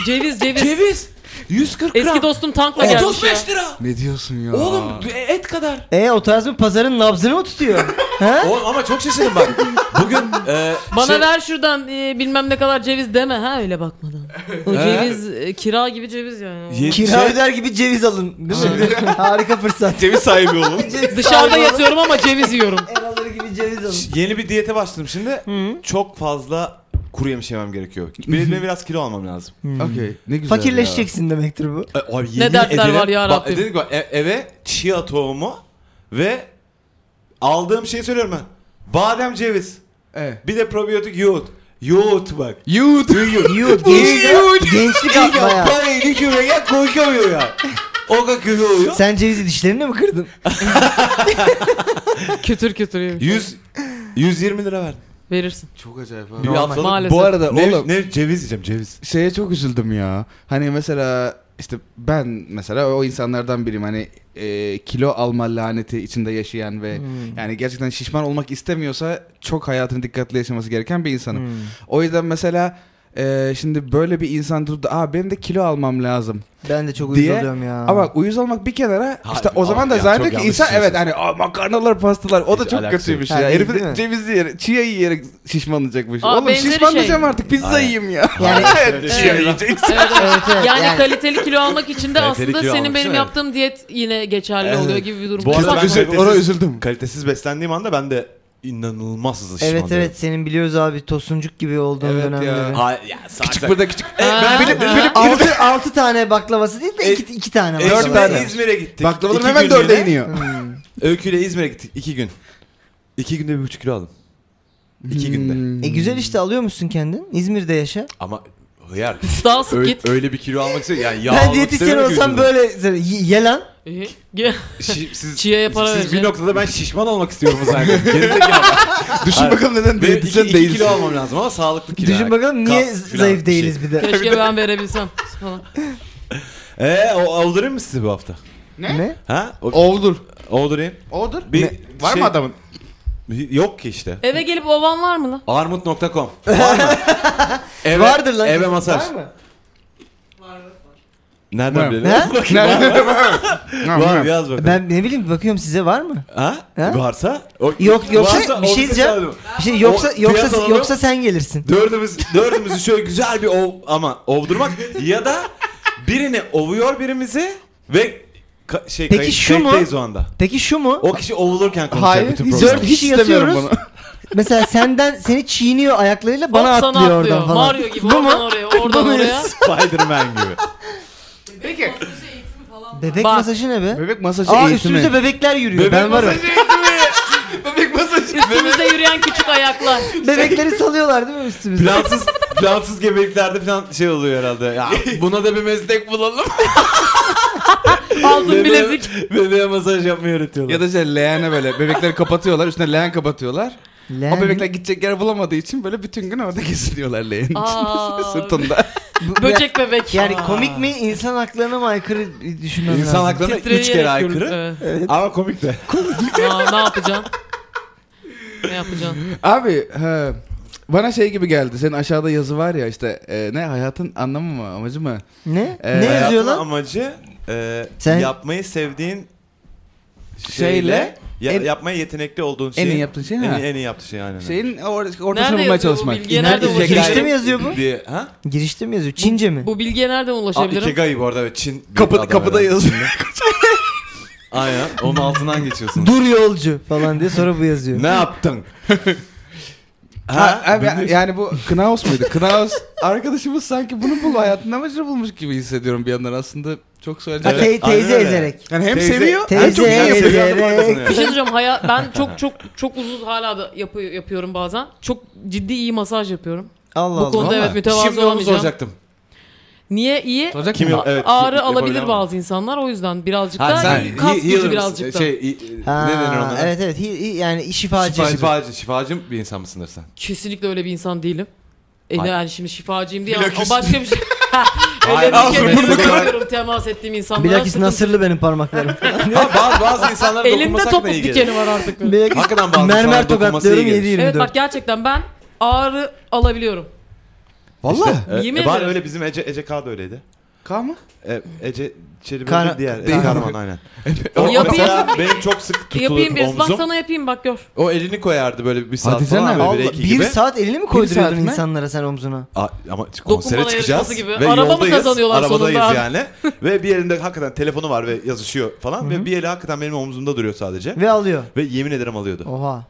[SPEAKER 5] Ceviz ceviz.
[SPEAKER 2] Ceviz! 140
[SPEAKER 5] Eski
[SPEAKER 2] gram!
[SPEAKER 5] dostum tankla gelmiş ya.
[SPEAKER 2] lira!
[SPEAKER 3] Ne diyorsun ya?
[SPEAKER 2] Oğlum et kadar.
[SPEAKER 4] E o tarz bir pazarın nabzını
[SPEAKER 3] [laughs]
[SPEAKER 4] mı tutuyor? ha?
[SPEAKER 2] Oğlum ama çok şaşırdım bak. Bugün e,
[SPEAKER 5] Bana
[SPEAKER 2] şey-
[SPEAKER 5] ver şuradan e, bilmem ne kadar ceviz deme ha öyle bakmadan. O ceviz e, kira gibi ceviz yani.
[SPEAKER 2] Ye-
[SPEAKER 4] Kira
[SPEAKER 2] şey-
[SPEAKER 4] öder gibi ceviz alın. Değil mi?
[SPEAKER 3] Şey-
[SPEAKER 4] [laughs] Harika fırsat.
[SPEAKER 2] ceviz sahibi
[SPEAKER 4] [laughs]
[SPEAKER 2] olun.
[SPEAKER 4] Ceviz
[SPEAKER 5] [laughs] Dışarıda
[SPEAKER 4] sahibi
[SPEAKER 5] yatıyorum
[SPEAKER 4] [laughs]
[SPEAKER 5] ama ceviz yiyorum.
[SPEAKER 4] alın, El alır gibi ceviz alın.
[SPEAKER 2] Yeni bir diyete başladım şimdi. Çok fazla Kuru yemiş yemem gerekiyor. Benim biraz kilo almam lazım.
[SPEAKER 3] Okey. Ne güzel.
[SPEAKER 4] Fakirleşeceksin demektir bu.
[SPEAKER 2] E, Abi, yemin
[SPEAKER 5] Ne dertler
[SPEAKER 2] ederim-
[SPEAKER 5] var ya
[SPEAKER 2] Bak,
[SPEAKER 5] Rabbim.
[SPEAKER 2] dedik bak, e- eve chia tohumu ve aldığım şeyi söylüyorum ben. Badem ceviz.
[SPEAKER 3] Ya. Evet.
[SPEAKER 2] Bir de probiyotik yoğurt. Yoğurt bak.
[SPEAKER 3] Yoğurt.
[SPEAKER 4] Yiğit
[SPEAKER 2] Yiğit.
[SPEAKER 4] gençlik, gençlik
[SPEAKER 2] Ya
[SPEAKER 4] yapma ya.
[SPEAKER 2] parayı düşürmek ya konuşamıyor ya. O da kötü oluyor.
[SPEAKER 4] Sen cevizi dişlerini mi kırdın?
[SPEAKER 5] Kütür kütür yemiş.
[SPEAKER 2] 100 120 lira verdim.
[SPEAKER 5] Verirsin.
[SPEAKER 3] Çok acayip
[SPEAKER 2] Bir
[SPEAKER 3] abi.
[SPEAKER 2] haftalık-
[SPEAKER 5] Maalesef.
[SPEAKER 3] Bu arada
[SPEAKER 2] Ne,
[SPEAKER 3] oğlum
[SPEAKER 2] ne ceviz yiyeceğim ceviz.
[SPEAKER 3] şeye çok üzüldüm ya. Hani mesela işte ben mesela o insanlardan biriyim. Hani e, kilo alma laneti içinde yaşayan ve
[SPEAKER 4] Hmm.
[SPEAKER 3] yani gerçekten şişman olmak istemiyorsa çok hayatını dikkatli yaşaması gereken bir insanım.
[SPEAKER 4] Hmm.
[SPEAKER 3] O yüzden mesela e, şimdi böyle bir insan durup da Aa, benim de kilo almam lazım
[SPEAKER 4] Ben de çok uyuz
[SPEAKER 3] diye.
[SPEAKER 4] oluyorum ya.
[SPEAKER 3] Ama bak, uyuz olmak bir kenara
[SPEAKER 2] Hayır,
[SPEAKER 3] işte o zaman
[SPEAKER 2] abi
[SPEAKER 3] da
[SPEAKER 2] ya,
[SPEAKER 3] zannediyor
[SPEAKER 2] çok
[SPEAKER 3] ki
[SPEAKER 2] yanlış
[SPEAKER 3] insan evet
[SPEAKER 2] düşünüyorsun.
[SPEAKER 3] hani "Aa, makarnalar pastalar o da
[SPEAKER 2] Hiç
[SPEAKER 3] çok
[SPEAKER 2] alakası
[SPEAKER 3] kötüymüş
[SPEAKER 4] yok.
[SPEAKER 3] ya.
[SPEAKER 4] Ha,
[SPEAKER 3] Herif
[SPEAKER 4] değil mi?
[SPEAKER 3] cevizi yiyerek, chia yiyerek şişmanlayacakmış.
[SPEAKER 5] Aa,
[SPEAKER 3] Oğlum
[SPEAKER 5] benzeri
[SPEAKER 3] şişmanlayacağım
[SPEAKER 5] şey.
[SPEAKER 3] artık pizza
[SPEAKER 2] Aynen.
[SPEAKER 3] yiyeyim ya.
[SPEAKER 4] Yani-
[SPEAKER 3] [laughs]
[SPEAKER 4] şey,
[SPEAKER 3] Evet, chia
[SPEAKER 5] Evet.
[SPEAKER 3] yiyeceksin.
[SPEAKER 5] [laughs] Evet,
[SPEAKER 4] Evet, evet,
[SPEAKER 5] Yani,
[SPEAKER 4] yani.
[SPEAKER 5] kaliteli kilo almak için de
[SPEAKER 2] Kaliteli
[SPEAKER 5] aslında
[SPEAKER 2] kilo almak
[SPEAKER 5] senin benim
[SPEAKER 2] için, evet.
[SPEAKER 5] yaptığım diyet yine geçerli
[SPEAKER 2] Evet.
[SPEAKER 5] oluyor gibi bir durum.
[SPEAKER 2] Bu arada
[SPEAKER 5] Kusura
[SPEAKER 2] ben
[SPEAKER 5] bakma.
[SPEAKER 3] Üzü-
[SPEAKER 2] kalitesiz-
[SPEAKER 3] ona üzüldüm.
[SPEAKER 2] Kalitesiz beslendiğim anda ben de inanılmaz hızlı
[SPEAKER 4] Evet
[SPEAKER 2] şişmanlıyorum.
[SPEAKER 4] evet senin biliyoruz abi tosuncuk gibi olduğun
[SPEAKER 3] Evet
[SPEAKER 4] dönemleri.
[SPEAKER 3] ya.
[SPEAKER 2] Hayır ya sadece.
[SPEAKER 3] Burada küçük.
[SPEAKER 5] Ha, ha.
[SPEAKER 4] 6, tane baklavası değil
[SPEAKER 3] E-
[SPEAKER 4] de 2 iki tane
[SPEAKER 3] dört
[SPEAKER 4] baklavası.
[SPEAKER 2] Eşimle
[SPEAKER 3] tane.
[SPEAKER 2] İzmir'e gittik.
[SPEAKER 3] Baklavalarım
[SPEAKER 2] İki
[SPEAKER 3] hemen
[SPEAKER 2] günlüğüne.
[SPEAKER 3] dörde iniyor.
[SPEAKER 2] Öyküyle İzmir'e gittik iki gün. İki günde bir buçuk kilo aldım. İki günde.
[SPEAKER 4] E güzel işte alıyor musun kendin? İzmir'de yaşa.
[SPEAKER 2] Ama hıyar.
[SPEAKER 5] Daha sık
[SPEAKER 2] Öyle,
[SPEAKER 5] git.
[SPEAKER 2] öyle bir kilo almak istiyor. Yani yağ
[SPEAKER 4] ben
[SPEAKER 2] almak
[SPEAKER 4] diyetisyen
[SPEAKER 2] istemiyorum ki
[SPEAKER 4] olsam
[SPEAKER 2] vücudum.
[SPEAKER 4] böyle ye- ye lan.
[SPEAKER 5] İyi. Gel.
[SPEAKER 2] Şi- siz,
[SPEAKER 5] [laughs] Çiğe para
[SPEAKER 2] siz bir
[SPEAKER 5] vereceğim.
[SPEAKER 2] noktada ben şişman olmak istiyorum
[SPEAKER 4] [laughs]
[SPEAKER 2] zaten. Gerizekalı.
[SPEAKER 3] Düşün
[SPEAKER 2] Hayır.
[SPEAKER 3] bakalım neden
[SPEAKER 2] Benim iki,
[SPEAKER 3] diyetisyen
[SPEAKER 2] iki kilo
[SPEAKER 3] değilsin.
[SPEAKER 2] almam lazım ama sağlıklı kilo.
[SPEAKER 4] Düşün bakalım niye
[SPEAKER 2] Kas filan
[SPEAKER 4] zayıf
[SPEAKER 2] bir
[SPEAKER 4] değiliz bir de.
[SPEAKER 5] Keşke ben verebilsem. Falan.
[SPEAKER 2] Şey. Ee, o, oldurayım mı sizi bu hafta?
[SPEAKER 4] Ne?
[SPEAKER 2] Ha? O,
[SPEAKER 3] Oldur.
[SPEAKER 2] oldurayım.
[SPEAKER 3] Oldur.
[SPEAKER 2] Bir
[SPEAKER 3] Ne- Var
[SPEAKER 2] şey-
[SPEAKER 3] mı adamın?
[SPEAKER 2] Yok ki işte.
[SPEAKER 5] Eve gelip ovan var mı lan?
[SPEAKER 4] [laughs]
[SPEAKER 2] Armut.com. Var mı? Eve-
[SPEAKER 4] Vardır lan.
[SPEAKER 2] Eve
[SPEAKER 4] kesin.
[SPEAKER 2] masaj.
[SPEAKER 4] Var mı?
[SPEAKER 2] Nereden
[SPEAKER 3] Var.
[SPEAKER 2] bilelim?
[SPEAKER 4] Ne?
[SPEAKER 3] Nerede? [laughs]
[SPEAKER 2] Var yaz bakalım.
[SPEAKER 4] Ben ne bileyim bakıyorum size var mı?
[SPEAKER 2] Ha?
[SPEAKER 4] Ha?
[SPEAKER 2] Varsa? o- [laughs]
[SPEAKER 4] Yok yoksa bir şey
[SPEAKER 2] ofise
[SPEAKER 4] diyeceğim.
[SPEAKER 2] çağırdım.
[SPEAKER 4] Bir şey yoksa
[SPEAKER 2] O
[SPEAKER 4] yoksa
[SPEAKER 2] piyasada-
[SPEAKER 4] yoksa sen gelirsin.
[SPEAKER 2] Dördümüz, dördümüzü şöyle güzel bir ov ama ovdurmak ya da birini ovuyor birimizi ve ka- şey
[SPEAKER 4] Peki
[SPEAKER 2] kayıt-
[SPEAKER 4] şu mu?
[SPEAKER 2] kayıttayız o anda.
[SPEAKER 4] Peki şu mu?
[SPEAKER 2] O kişi ovulurken konuşacak
[SPEAKER 3] Hayır.
[SPEAKER 2] bütün
[SPEAKER 3] Hiç,
[SPEAKER 2] programı.
[SPEAKER 4] Dört
[SPEAKER 3] hiç
[SPEAKER 4] kişi
[SPEAKER 3] istemiyorum
[SPEAKER 4] yatıyoruz.
[SPEAKER 3] bunu.
[SPEAKER 4] Mesela senden seni çiğniyor ayaklarıyla bana
[SPEAKER 5] Hop, sana
[SPEAKER 4] atlıyor oradan falan.
[SPEAKER 5] Mario gibi
[SPEAKER 4] Bu
[SPEAKER 5] oradan
[SPEAKER 4] mu?
[SPEAKER 5] oraya, oradan
[SPEAKER 4] Bu mu?
[SPEAKER 2] [laughs]
[SPEAKER 5] oraya.
[SPEAKER 2] Spider-Man gibi.
[SPEAKER 5] Peki.
[SPEAKER 4] Bebek
[SPEAKER 5] Bak.
[SPEAKER 4] masajı ne
[SPEAKER 3] [laughs]
[SPEAKER 4] be?
[SPEAKER 3] Bebek masajı
[SPEAKER 4] Aa
[SPEAKER 3] eğitimi.
[SPEAKER 4] üstümüze bebekler yürüyor.
[SPEAKER 2] Bebek
[SPEAKER 4] ben varım.
[SPEAKER 3] Bebek masajı.
[SPEAKER 5] Üstümüzde yürüyen küçük ayaklar.
[SPEAKER 4] Bebekleri salıyorlar değil mi üstümüze?
[SPEAKER 2] Plansız, plansız gebeliklerde falan şey oluyor herhalde.
[SPEAKER 4] [laughs]
[SPEAKER 2] Ya,
[SPEAKER 3] Buna da bir meslek bulalım.
[SPEAKER 5] Altın bilezik.
[SPEAKER 2] bebeğe masaj yapmayı öğretiyorlar.
[SPEAKER 3] ya da şey leğene böyle. Bebekleri kapatıyorlar. Üstüne leğen kapatıyorlar.
[SPEAKER 4] Lan,
[SPEAKER 3] O bebekler gidecek yer bulamadığı için böyle bütün gün orada [laughs] geziniyorlar leğenin
[SPEAKER 5] Aa.
[SPEAKER 3] [laughs] sırtında.
[SPEAKER 4] bu-
[SPEAKER 5] Böcek bebek.
[SPEAKER 4] Yani komik mi insan haklarına mı aykırı bir düşünmem
[SPEAKER 2] İnsan
[SPEAKER 4] lazım.
[SPEAKER 2] haklarına
[SPEAKER 5] Titreyerek
[SPEAKER 2] üç kere
[SPEAKER 5] yürü-
[SPEAKER 2] aykırı
[SPEAKER 5] Evet.
[SPEAKER 2] ama komik de.
[SPEAKER 5] Aa, ne yapacaksın? Ne yapacaksın?
[SPEAKER 3] Abi he, bana şey gibi geldi. Senin aşağıda yazı var ya işte e, ne hayatın anlamı mı amacı mı?
[SPEAKER 4] Ne?
[SPEAKER 3] Ee,
[SPEAKER 4] ne
[SPEAKER 3] hayatına
[SPEAKER 4] yazıyor
[SPEAKER 2] Hayatın
[SPEAKER 4] lan?
[SPEAKER 2] amacı e,
[SPEAKER 4] Sen-
[SPEAKER 2] yapmayı sevdiğin şeyle,
[SPEAKER 3] Şeyle
[SPEAKER 2] ya-
[SPEAKER 3] en-
[SPEAKER 2] yapmaya yetenekli olduğun
[SPEAKER 3] En
[SPEAKER 2] şeyin
[SPEAKER 3] iyi yaptığın şey
[SPEAKER 2] en,
[SPEAKER 3] ha.
[SPEAKER 2] iyi- en iyi yaptığı şey aynen. öyle.
[SPEAKER 3] Şeyin or-
[SPEAKER 5] Nerede
[SPEAKER 3] ortasına
[SPEAKER 5] yazıyor
[SPEAKER 3] bulmaya
[SPEAKER 5] bu
[SPEAKER 3] çalışmak.
[SPEAKER 5] bilgi? Nerede
[SPEAKER 3] İkna
[SPEAKER 5] bu bilgi?
[SPEAKER 3] edecek-
[SPEAKER 4] Girişte mi yazıyor bu?
[SPEAKER 2] Diye, ha?
[SPEAKER 4] Girişte mi yazıyor? Çince mi?
[SPEAKER 5] Bu bilgiye nereden
[SPEAKER 2] Aa,
[SPEAKER 5] ulaşabilirim?
[SPEAKER 2] Ikegai bu arada evet Çin. bir
[SPEAKER 3] Kapı,
[SPEAKER 2] adam
[SPEAKER 3] kapıda
[SPEAKER 2] herhalde.
[SPEAKER 3] yazıyor.
[SPEAKER 2] Aynen onun altından geçiyorsun.
[SPEAKER 4] Dur yolcu falan diye sonra bu yazıyor.
[SPEAKER 2] ne yaptın?
[SPEAKER 3] Ha, [laughs] abi,
[SPEAKER 2] bilmiyorsun.
[SPEAKER 3] yani bu Knaus muydu? Knaus arkadaşımız sanki bunu bul hayatın amacını bulmuş gibi hissediyorum bir yandan aslında çok
[SPEAKER 4] Ha,
[SPEAKER 3] söyleyecek.
[SPEAKER 2] Evet,
[SPEAKER 4] te- teyze
[SPEAKER 2] aynen öyle.
[SPEAKER 4] ezerek.
[SPEAKER 3] Yani hem
[SPEAKER 2] Teyze-
[SPEAKER 3] seviyor hem çok iyi
[SPEAKER 4] Teyze
[SPEAKER 3] yapıyor.
[SPEAKER 4] ezerek.
[SPEAKER 5] Bir şey söyleyeceğim. Hayat, ben çok çok çok uzun hala da yapı- yapıyorum bazen. Çok ciddi iyi masaj yapıyorum.
[SPEAKER 4] Allah
[SPEAKER 5] Bu konuda
[SPEAKER 4] Allah.
[SPEAKER 5] evet mütevazı
[SPEAKER 2] Şimdi onu
[SPEAKER 5] olamayacağım.
[SPEAKER 2] soracaktım.
[SPEAKER 5] Niye iyi?
[SPEAKER 3] Soracak
[SPEAKER 2] Kim
[SPEAKER 3] mı?
[SPEAKER 2] yok? Evet,
[SPEAKER 5] ağrı
[SPEAKER 2] kim-
[SPEAKER 5] alabilir
[SPEAKER 2] yapabilen
[SPEAKER 5] bazı insanlar o yüzden birazcık
[SPEAKER 2] Ha,
[SPEAKER 5] da
[SPEAKER 2] sen
[SPEAKER 5] kas
[SPEAKER 2] he- healer
[SPEAKER 5] gücü
[SPEAKER 2] mısın?
[SPEAKER 5] birazcık da.
[SPEAKER 2] Şey, i-
[SPEAKER 4] Ha,
[SPEAKER 2] ne denir ona?
[SPEAKER 4] Evet evet hi- hi- yani şifacı.
[SPEAKER 2] Şifacı. Şifacı. Şifacı bir insan mısındır
[SPEAKER 5] [laughs]
[SPEAKER 2] sen?
[SPEAKER 5] Kesinlikle öyle bir insan değilim. E
[SPEAKER 2] Hayır.
[SPEAKER 5] yani şimdi şifacıyım diye ama
[SPEAKER 2] Bilakis-
[SPEAKER 5] o başka bir şey.
[SPEAKER 2] [laughs]
[SPEAKER 5] [laughs]
[SPEAKER 2] Hayır,
[SPEAKER 5] öyle
[SPEAKER 2] ağzını
[SPEAKER 5] bir kere
[SPEAKER 2] burnunu kırar.
[SPEAKER 5] kırıyorum temas ettiğim insanlara.
[SPEAKER 4] Bilakis
[SPEAKER 5] sıkıntı-
[SPEAKER 4] nasırlı
[SPEAKER 5] [laughs]
[SPEAKER 4] benim parmaklarım. [laughs]
[SPEAKER 2] Ha, bazı, bazı insanlara
[SPEAKER 5] Elimde
[SPEAKER 2] dokunmasak da
[SPEAKER 5] topuk
[SPEAKER 2] iyi gelir.
[SPEAKER 5] dikeni var artık. benim.
[SPEAKER 4] Bilakis
[SPEAKER 2] Hakikaten bazı insanlara
[SPEAKER 4] mermer
[SPEAKER 2] dokunması iyi
[SPEAKER 4] tokatlıyorum
[SPEAKER 2] gelir.
[SPEAKER 4] 7-24.
[SPEAKER 5] Evet bak gerçekten ben ağrı alabiliyorum.
[SPEAKER 3] Valla.
[SPEAKER 2] E, e,
[SPEAKER 5] Yemin
[SPEAKER 2] var
[SPEAKER 5] ederim.
[SPEAKER 2] öyle bizim Ece, Ece K da öyleydi.
[SPEAKER 3] Ka mı?
[SPEAKER 2] E, Ece Çelebi
[SPEAKER 4] Kar-
[SPEAKER 2] öyle diğer. Ece
[SPEAKER 3] Değil.
[SPEAKER 2] Kahraman aynen. o,
[SPEAKER 5] Yapayım.
[SPEAKER 2] mesela benim çok sık tutulur
[SPEAKER 5] [laughs] yapayım bir. Bak
[SPEAKER 2] omzum.
[SPEAKER 5] sana yapayım bak gör.
[SPEAKER 2] O elini koyardı böyle bir saat
[SPEAKER 3] Hadi
[SPEAKER 2] falan
[SPEAKER 3] canım.
[SPEAKER 2] böyle
[SPEAKER 4] Allah,
[SPEAKER 2] bir iki
[SPEAKER 4] bir
[SPEAKER 2] gibi.
[SPEAKER 4] saat elini mi
[SPEAKER 3] saat
[SPEAKER 4] koyduruyordun
[SPEAKER 3] mi?
[SPEAKER 4] insanlara sen omzuna?
[SPEAKER 2] A- ama konsere
[SPEAKER 5] Dokunmalı
[SPEAKER 2] çıkacağız
[SPEAKER 5] yarışması gibi.
[SPEAKER 2] ve
[SPEAKER 5] Araba mı
[SPEAKER 2] yoldayız.
[SPEAKER 5] kazanıyorlar
[SPEAKER 2] Arabadayız
[SPEAKER 5] sonunda? [laughs]
[SPEAKER 2] yani. ve bir elinde hakikaten telefonu var ve yazışıyor falan ve bir eli hakikaten benim omzumda duruyor sadece. Ve,
[SPEAKER 4] Ve alıyor.
[SPEAKER 2] yemin ederim alıyordu.
[SPEAKER 4] Oha.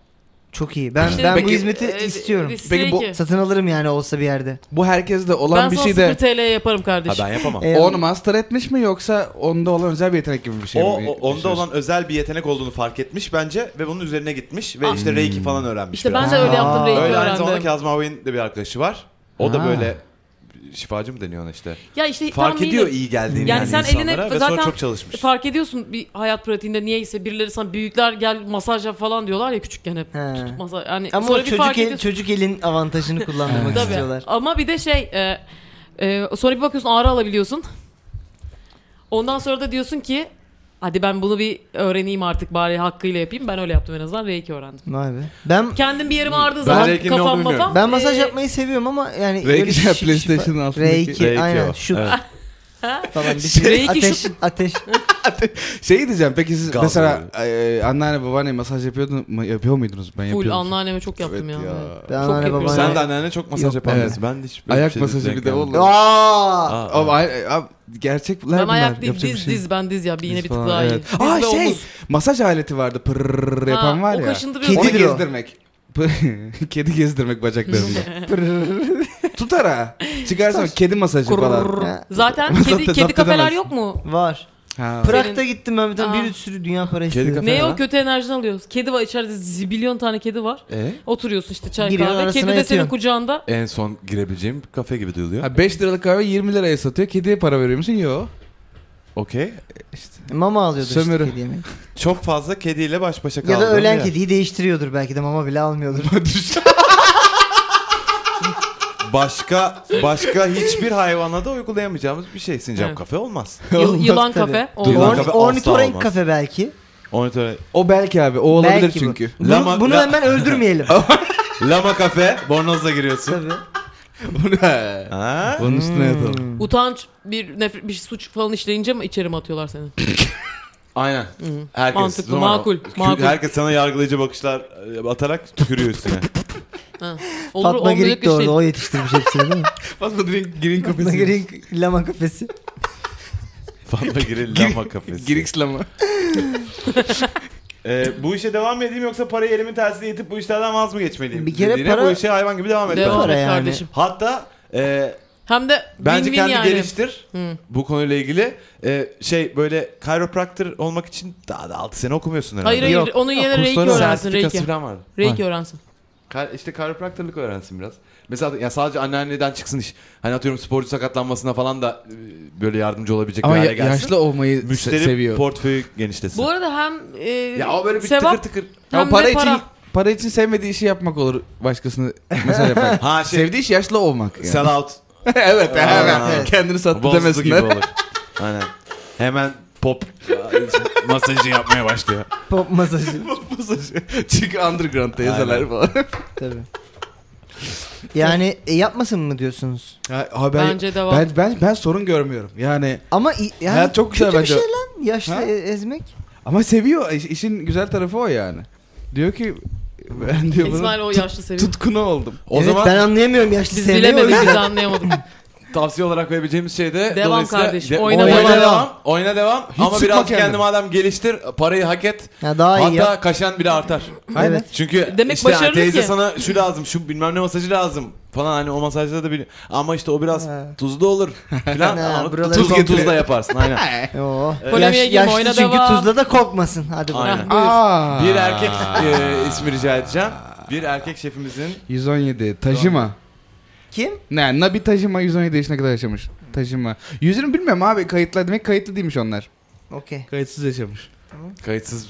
[SPEAKER 4] Çok iyi. Ben
[SPEAKER 5] İşte-
[SPEAKER 4] ben bu
[SPEAKER 3] Peki-
[SPEAKER 4] hizmeti
[SPEAKER 5] Ee,
[SPEAKER 4] istiyorum.
[SPEAKER 5] risk
[SPEAKER 3] Peki bu-
[SPEAKER 5] değil şey ki.
[SPEAKER 4] Satın alırım yani olsa bir yerde.
[SPEAKER 3] Bu herkeste olan
[SPEAKER 5] ben
[SPEAKER 3] bir
[SPEAKER 5] sana
[SPEAKER 3] şey
[SPEAKER 5] 0
[SPEAKER 3] de
[SPEAKER 5] TL yaparım
[SPEAKER 7] Ha
[SPEAKER 5] kardeşim.
[SPEAKER 7] ben yapamam.
[SPEAKER 4] Ee,
[SPEAKER 3] onu master etmiş mi yoksa onda olan özel bir yetenek gibi bir şey
[SPEAKER 2] o,
[SPEAKER 3] mi?
[SPEAKER 2] o- onda olan özel bir yetenek olduğunu fark etmiş bence ve bunun üzerine gitmiş ve
[SPEAKER 3] Hmm.
[SPEAKER 2] işte Reiki falan öğrenmiş.
[SPEAKER 5] İşte
[SPEAKER 2] biraz.
[SPEAKER 5] ben de öyle yaptım
[SPEAKER 4] Aa.
[SPEAKER 5] reiki
[SPEAKER 2] Öyle aynı zamanda
[SPEAKER 5] öğrendim.
[SPEAKER 2] Kazım Abi'nin de bir arkadaşı var. O da
[SPEAKER 3] Ha.
[SPEAKER 2] böyle şifacı mı deniyor ona işte.
[SPEAKER 5] Ya işte
[SPEAKER 2] Fark
[SPEAKER 5] tam
[SPEAKER 2] ediyor
[SPEAKER 5] iyi.
[SPEAKER 2] iyi geldiğini
[SPEAKER 5] E, Yani
[SPEAKER 2] yani,
[SPEAKER 5] sen eline-
[SPEAKER 2] insanlara ve
[SPEAKER 5] zaten
[SPEAKER 2] sonra çok çalışmış.
[SPEAKER 5] Fark ediyorsun bir hayat pratiğinde niyeyse birileri sana büyükler gel masaj yap falan diyorlar ya küçükken hep.
[SPEAKER 4] He.
[SPEAKER 5] Tutup masaj. Yani
[SPEAKER 4] Ama
[SPEAKER 5] sonra
[SPEAKER 4] o
[SPEAKER 5] bir fark
[SPEAKER 4] çocuk, el,
[SPEAKER 5] ediyorsun.
[SPEAKER 4] çocuk elin
[SPEAKER 2] [laughs]
[SPEAKER 4] avantajını kullandırmak
[SPEAKER 5] Tabii.
[SPEAKER 4] istiyorlar.
[SPEAKER 5] Ama bir de şey e, e, sonra bir bakıyorsun ağrı alabiliyorsun. Ondan sonra da diyorsun ki hadi ben bunu bir öğreneyim artık bari hakkıyla yapayım. Ben öyle yaptım en azından reiki öğrendim.
[SPEAKER 4] Vay be. Ben
[SPEAKER 5] Kendim bir yerim ağrıdığı
[SPEAKER 7] Ben
[SPEAKER 5] zaman
[SPEAKER 7] reiki'nin ne
[SPEAKER 5] kafam
[SPEAKER 7] olduğunu bilmiyorum.
[SPEAKER 5] kafam.
[SPEAKER 4] ben masaj
[SPEAKER 5] e,
[SPEAKER 4] yapmayı seviyorum ama yani
[SPEAKER 3] Reiki
[SPEAKER 4] böyle
[SPEAKER 3] şey,
[SPEAKER 4] şifa-
[SPEAKER 3] PlayStation'ın altındaki-
[SPEAKER 4] Reiki,
[SPEAKER 2] Reiki
[SPEAKER 4] aynen
[SPEAKER 2] o.
[SPEAKER 4] şu [laughs] falan bir
[SPEAKER 5] Şey-
[SPEAKER 4] şey.
[SPEAKER 5] Reiki
[SPEAKER 4] ateş
[SPEAKER 5] şu- [laughs]
[SPEAKER 4] ateş.
[SPEAKER 3] Şey diyeceğim peki siz
[SPEAKER 2] Gaz
[SPEAKER 3] mesela e, anneanne babaanne masaj yapıyordun mu, yapıyor muydunuz? Ben
[SPEAKER 5] E, Full
[SPEAKER 3] yapıyordum.
[SPEAKER 5] anneanneme çok yaptım ya.
[SPEAKER 4] Ben
[SPEAKER 5] Çok
[SPEAKER 4] anneanne
[SPEAKER 5] yapıyorum.
[SPEAKER 4] babana-
[SPEAKER 2] Sen de anneanne çok masaj
[SPEAKER 4] Yok,
[SPEAKER 2] yapan
[SPEAKER 3] evet.
[SPEAKER 2] birisi. Ben de hiç böyle
[SPEAKER 3] Ayak
[SPEAKER 2] şey
[SPEAKER 3] masajı
[SPEAKER 2] denk
[SPEAKER 3] bir de
[SPEAKER 2] gelmedim.
[SPEAKER 3] oğlum.
[SPEAKER 4] Aa!
[SPEAKER 2] Aa,
[SPEAKER 3] Ama ay- ay- gerçekler
[SPEAKER 5] Ben
[SPEAKER 3] bunlar.
[SPEAKER 5] ayak değil
[SPEAKER 3] yapacak bir
[SPEAKER 5] diz
[SPEAKER 3] şey.
[SPEAKER 5] diz ben diz ya bir yine
[SPEAKER 3] Diz
[SPEAKER 5] bir tık
[SPEAKER 3] falan,
[SPEAKER 5] daha iyi.
[SPEAKER 3] evet.
[SPEAKER 5] Diz
[SPEAKER 3] Aa
[SPEAKER 5] ve
[SPEAKER 3] şey
[SPEAKER 5] omuz.
[SPEAKER 3] masaj aleti vardı pırrrr yapan
[SPEAKER 5] Ha,
[SPEAKER 3] var
[SPEAKER 5] o
[SPEAKER 3] ya.
[SPEAKER 5] kaşındırıyor.
[SPEAKER 3] Onu
[SPEAKER 4] Kedidir o.
[SPEAKER 3] gezdirmek. kedi gezdirmek
[SPEAKER 5] [laughs]
[SPEAKER 3] bacaklarında. Pırrrr. Tutar ha. Çıkarsan kedi masajı falan.
[SPEAKER 5] Kurrrr. Zaten
[SPEAKER 3] Zaten
[SPEAKER 5] kedi, kedi
[SPEAKER 3] zapt
[SPEAKER 5] kafeler
[SPEAKER 3] edemezsin.
[SPEAKER 5] yok mu?
[SPEAKER 4] Var.
[SPEAKER 3] Ha.
[SPEAKER 4] Prag'da gittim ben bir tane
[SPEAKER 5] Aa.
[SPEAKER 4] bir sürü dünya parası.
[SPEAKER 2] Kedi
[SPEAKER 4] istedim.
[SPEAKER 2] kafe-
[SPEAKER 5] Ne
[SPEAKER 2] Kafeler
[SPEAKER 5] o
[SPEAKER 2] var.
[SPEAKER 5] kötü enerjini alıyoruz. Kedi var içeride zibilyon tane kedi var.
[SPEAKER 2] E?
[SPEAKER 5] Oturuyorsun işte çay
[SPEAKER 4] Giriyor,
[SPEAKER 5] kahve.
[SPEAKER 4] arasına
[SPEAKER 5] Kedi de senin
[SPEAKER 4] yatıyorsun.
[SPEAKER 5] kucağında.
[SPEAKER 2] En son girebileceğim kafe gibi duyuluyor.
[SPEAKER 3] Ha 5 liralık kahve 20 liraya satıyor. Kediye para veriyor musun? Yok.
[SPEAKER 2] Okey.
[SPEAKER 4] Mama alıyordu
[SPEAKER 3] Sömürü.
[SPEAKER 4] işte kedi yemeği.
[SPEAKER 2] Çok fazla kediyle baş başa kaldım.
[SPEAKER 4] Ya da ölen kediyi değiştiriyordur belki de mama bile almıyordur.
[SPEAKER 2] Başka başka hiçbir hayvana da uygulayamayacağımız bir şey. Sincap
[SPEAKER 5] Evet.
[SPEAKER 2] kafe olmaz.
[SPEAKER 5] Yıl,
[SPEAKER 4] Olmaz
[SPEAKER 5] yılan
[SPEAKER 4] tabii.
[SPEAKER 5] kafe.
[SPEAKER 2] Dur lan.
[SPEAKER 5] Olmaz.
[SPEAKER 2] Yılan kafe
[SPEAKER 4] Orn- ornitorenk
[SPEAKER 2] asla
[SPEAKER 4] kafe belki.
[SPEAKER 2] Monitöre.
[SPEAKER 3] O belki abi. O olabilir
[SPEAKER 4] Belki bu.
[SPEAKER 3] çünkü. [laughs]
[SPEAKER 4] Bunu,
[SPEAKER 2] Lama-
[SPEAKER 4] bunu
[SPEAKER 2] la-
[SPEAKER 4] hemen öldürmeyelim.
[SPEAKER 2] Lama kafe. Bornozla giriyorsun.
[SPEAKER 4] Tabii.
[SPEAKER 3] Bu ne?
[SPEAKER 2] Ha?
[SPEAKER 3] Bunun üstüne
[SPEAKER 5] Hmm.
[SPEAKER 3] yatalım.
[SPEAKER 5] Utanç bir nefret, bir suç falan işleyince mi içeri mi atıyorlar seni?
[SPEAKER 2] Aynen. Herkes
[SPEAKER 5] Mantıklı,
[SPEAKER 2] Zaman-
[SPEAKER 5] makul,
[SPEAKER 2] Kü-
[SPEAKER 5] makul.
[SPEAKER 2] Herkes sana yargılayıcı bakışlar e, atarak tükürüyor
[SPEAKER 5] [laughs]
[SPEAKER 2] üstüne.
[SPEAKER 5] Olur
[SPEAKER 4] Fatma
[SPEAKER 5] olmayacak şey.
[SPEAKER 4] Girik de
[SPEAKER 5] iş
[SPEAKER 4] orada
[SPEAKER 5] değil.
[SPEAKER 4] o yetiştirmiş hepsini değil mi?
[SPEAKER 3] Fatma Drink Girin
[SPEAKER 4] Fatma Girik lama kafesi.
[SPEAKER 2] Fatma Giril Lama kafesi.
[SPEAKER 3] Girikslama.
[SPEAKER 2] Ee, bu işe devam mı edeyim yoksa parayı elimin tersiyle itip bu işlerden vaz mı geçmeliyim?
[SPEAKER 4] Bir kere
[SPEAKER 2] dediğine
[SPEAKER 4] para-
[SPEAKER 2] Bu işe hayvan gibi devam et.
[SPEAKER 5] Devam
[SPEAKER 2] bence.
[SPEAKER 4] Para
[SPEAKER 5] et
[SPEAKER 4] yani.
[SPEAKER 5] kardeşim.
[SPEAKER 2] Hatta e,
[SPEAKER 5] Hem de
[SPEAKER 2] bence
[SPEAKER 5] win-win
[SPEAKER 2] kendi
[SPEAKER 5] yani.
[SPEAKER 2] geliştir.
[SPEAKER 5] Hı.
[SPEAKER 2] Bu konuyla ilgili E, şey böyle chiropractor olmak için daha da 6 sene okumuyorsun herhalde.
[SPEAKER 5] Hayır hayır
[SPEAKER 4] Yok.
[SPEAKER 5] onun yerine
[SPEAKER 3] Yok,
[SPEAKER 5] reiki
[SPEAKER 3] kursları
[SPEAKER 5] öğrensin reiki.
[SPEAKER 2] Sertifikası falan vardı.
[SPEAKER 5] Reiki öğrensin.
[SPEAKER 2] Ka- işte chiropractorluk öğrensin biraz. Mesela ya sadece anneanneden çıksın iş. Hani atıyorum sporcu sakatlanmasına falan da e, böyle yardımcı olabilecek
[SPEAKER 3] Ama
[SPEAKER 2] bir hale
[SPEAKER 3] ya-
[SPEAKER 2] gelsin.
[SPEAKER 3] yaşlı olmayı
[SPEAKER 2] Müşteri
[SPEAKER 3] se- seviyor.
[SPEAKER 2] portföyü genişlesin.
[SPEAKER 5] Bu arada hem e,
[SPEAKER 2] ya o böyle bir
[SPEAKER 5] sevap
[SPEAKER 2] tıkır tıkır.
[SPEAKER 5] hem
[SPEAKER 3] Ama para
[SPEAKER 5] de
[SPEAKER 3] için
[SPEAKER 5] para.
[SPEAKER 3] para için sevmediği işi yapmak olur başkasını mesela [laughs] yapmak.
[SPEAKER 2] Ha şey
[SPEAKER 3] Sevdiği iş yaşlı olmak. Yani.
[SPEAKER 2] sell out
[SPEAKER 3] [laughs] evet, evet,
[SPEAKER 2] evet.
[SPEAKER 3] Kendini sattı
[SPEAKER 2] Bonzlu gibi
[SPEAKER 3] demesinler. [laughs]
[SPEAKER 2] olur. Aynen. Hemen pop masajı yapmaya başlıyor.
[SPEAKER 4] Pop masajı.
[SPEAKER 3] Çünkü underground'da
[SPEAKER 2] Aynen.
[SPEAKER 3] yazarlar falan. [laughs]
[SPEAKER 4] Tabii. Yani e, yapmasın mı diyorsunuz?
[SPEAKER 3] Ha, ha, ben,
[SPEAKER 5] Bence devam.
[SPEAKER 3] Ben, ben, ben sorun görmüyorum. Yani
[SPEAKER 4] Ama i- yani
[SPEAKER 3] Hayat çok güzel
[SPEAKER 4] kötü
[SPEAKER 3] bence.
[SPEAKER 4] bir şey lan yaşlı
[SPEAKER 3] Ha?
[SPEAKER 4] e- ezmek.
[SPEAKER 3] ama seviyor. İş- işin güzel tarafı o yani. Diyor ki ben diyor
[SPEAKER 5] İsmail
[SPEAKER 3] bunun
[SPEAKER 5] o yaşlı seviyor.
[SPEAKER 3] tutkunu oldum.
[SPEAKER 2] O
[SPEAKER 4] evet,
[SPEAKER 2] zaman
[SPEAKER 4] ben anlayamıyorum yaşlı
[SPEAKER 5] Biz
[SPEAKER 4] sevmeyi o
[SPEAKER 5] bilemedik biz
[SPEAKER 4] yüzden.
[SPEAKER 2] [laughs]
[SPEAKER 5] anlayamadık.
[SPEAKER 2] tavsiye olarak verebileceğimiz şey de
[SPEAKER 5] Devam
[SPEAKER 2] dolayısıyla
[SPEAKER 5] kardeşim,
[SPEAKER 2] de-
[SPEAKER 5] oyna
[SPEAKER 2] oyna,
[SPEAKER 5] devam.
[SPEAKER 2] devam. Oyna devam.
[SPEAKER 3] Hiç
[SPEAKER 2] Ama
[SPEAKER 3] sıkma
[SPEAKER 2] biraz
[SPEAKER 3] kendini.
[SPEAKER 2] kendi madem geliştir, parayı hak et.
[SPEAKER 4] Ya daha iyi
[SPEAKER 2] Hatta
[SPEAKER 4] yap.
[SPEAKER 2] kaşen bile artar.
[SPEAKER 4] Aynen.
[SPEAKER 3] Evet.
[SPEAKER 2] Çünkü
[SPEAKER 5] Demek
[SPEAKER 2] işte
[SPEAKER 5] başarılı
[SPEAKER 2] teyze
[SPEAKER 5] ki.
[SPEAKER 2] sana şu lazım, şu bilmem ne masajı lazım falan hani o masajda da bir ama işte o biraz
[SPEAKER 4] Ha.
[SPEAKER 2] tuzlu olur falan.
[SPEAKER 4] Ha,
[SPEAKER 2] Ama
[SPEAKER 4] buraları
[SPEAKER 2] tuz
[SPEAKER 4] komple-
[SPEAKER 2] tuzla yaparsın aynen.
[SPEAKER 4] Oo.
[SPEAKER 5] Polemiğe girme,
[SPEAKER 4] yaşlı
[SPEAKER 5] oyna
[SPEAKER 4] çünkü
[SPEAKER 5] devam.
[SPEAKER 4] tuzla da korkmasın. Hadi
[SPEAKER 2] Aynen.
[SPEAKER 4] bakalım.
[SPEAKER 3] Aa,
[SPEAKER 2] Bir erkek e, ismi rica edeceğim. Bir erkek şefimizin
[SPEAKER 3] 117 Tajima.
[SPEAKER 4] Kim?
[SPEAKER 3] Ne, Nabi Tajima 117 yaşına kadar yaşamış. Tajima. Yüzünü bilmiyorum abi kayıtlı demek kayıtlı değilmiş onlar.
[SPEAKER 4] Okey.
[SPEAKER 3] Kayıtsız yaşamış.
[SPEAKER 2] Kayıtsız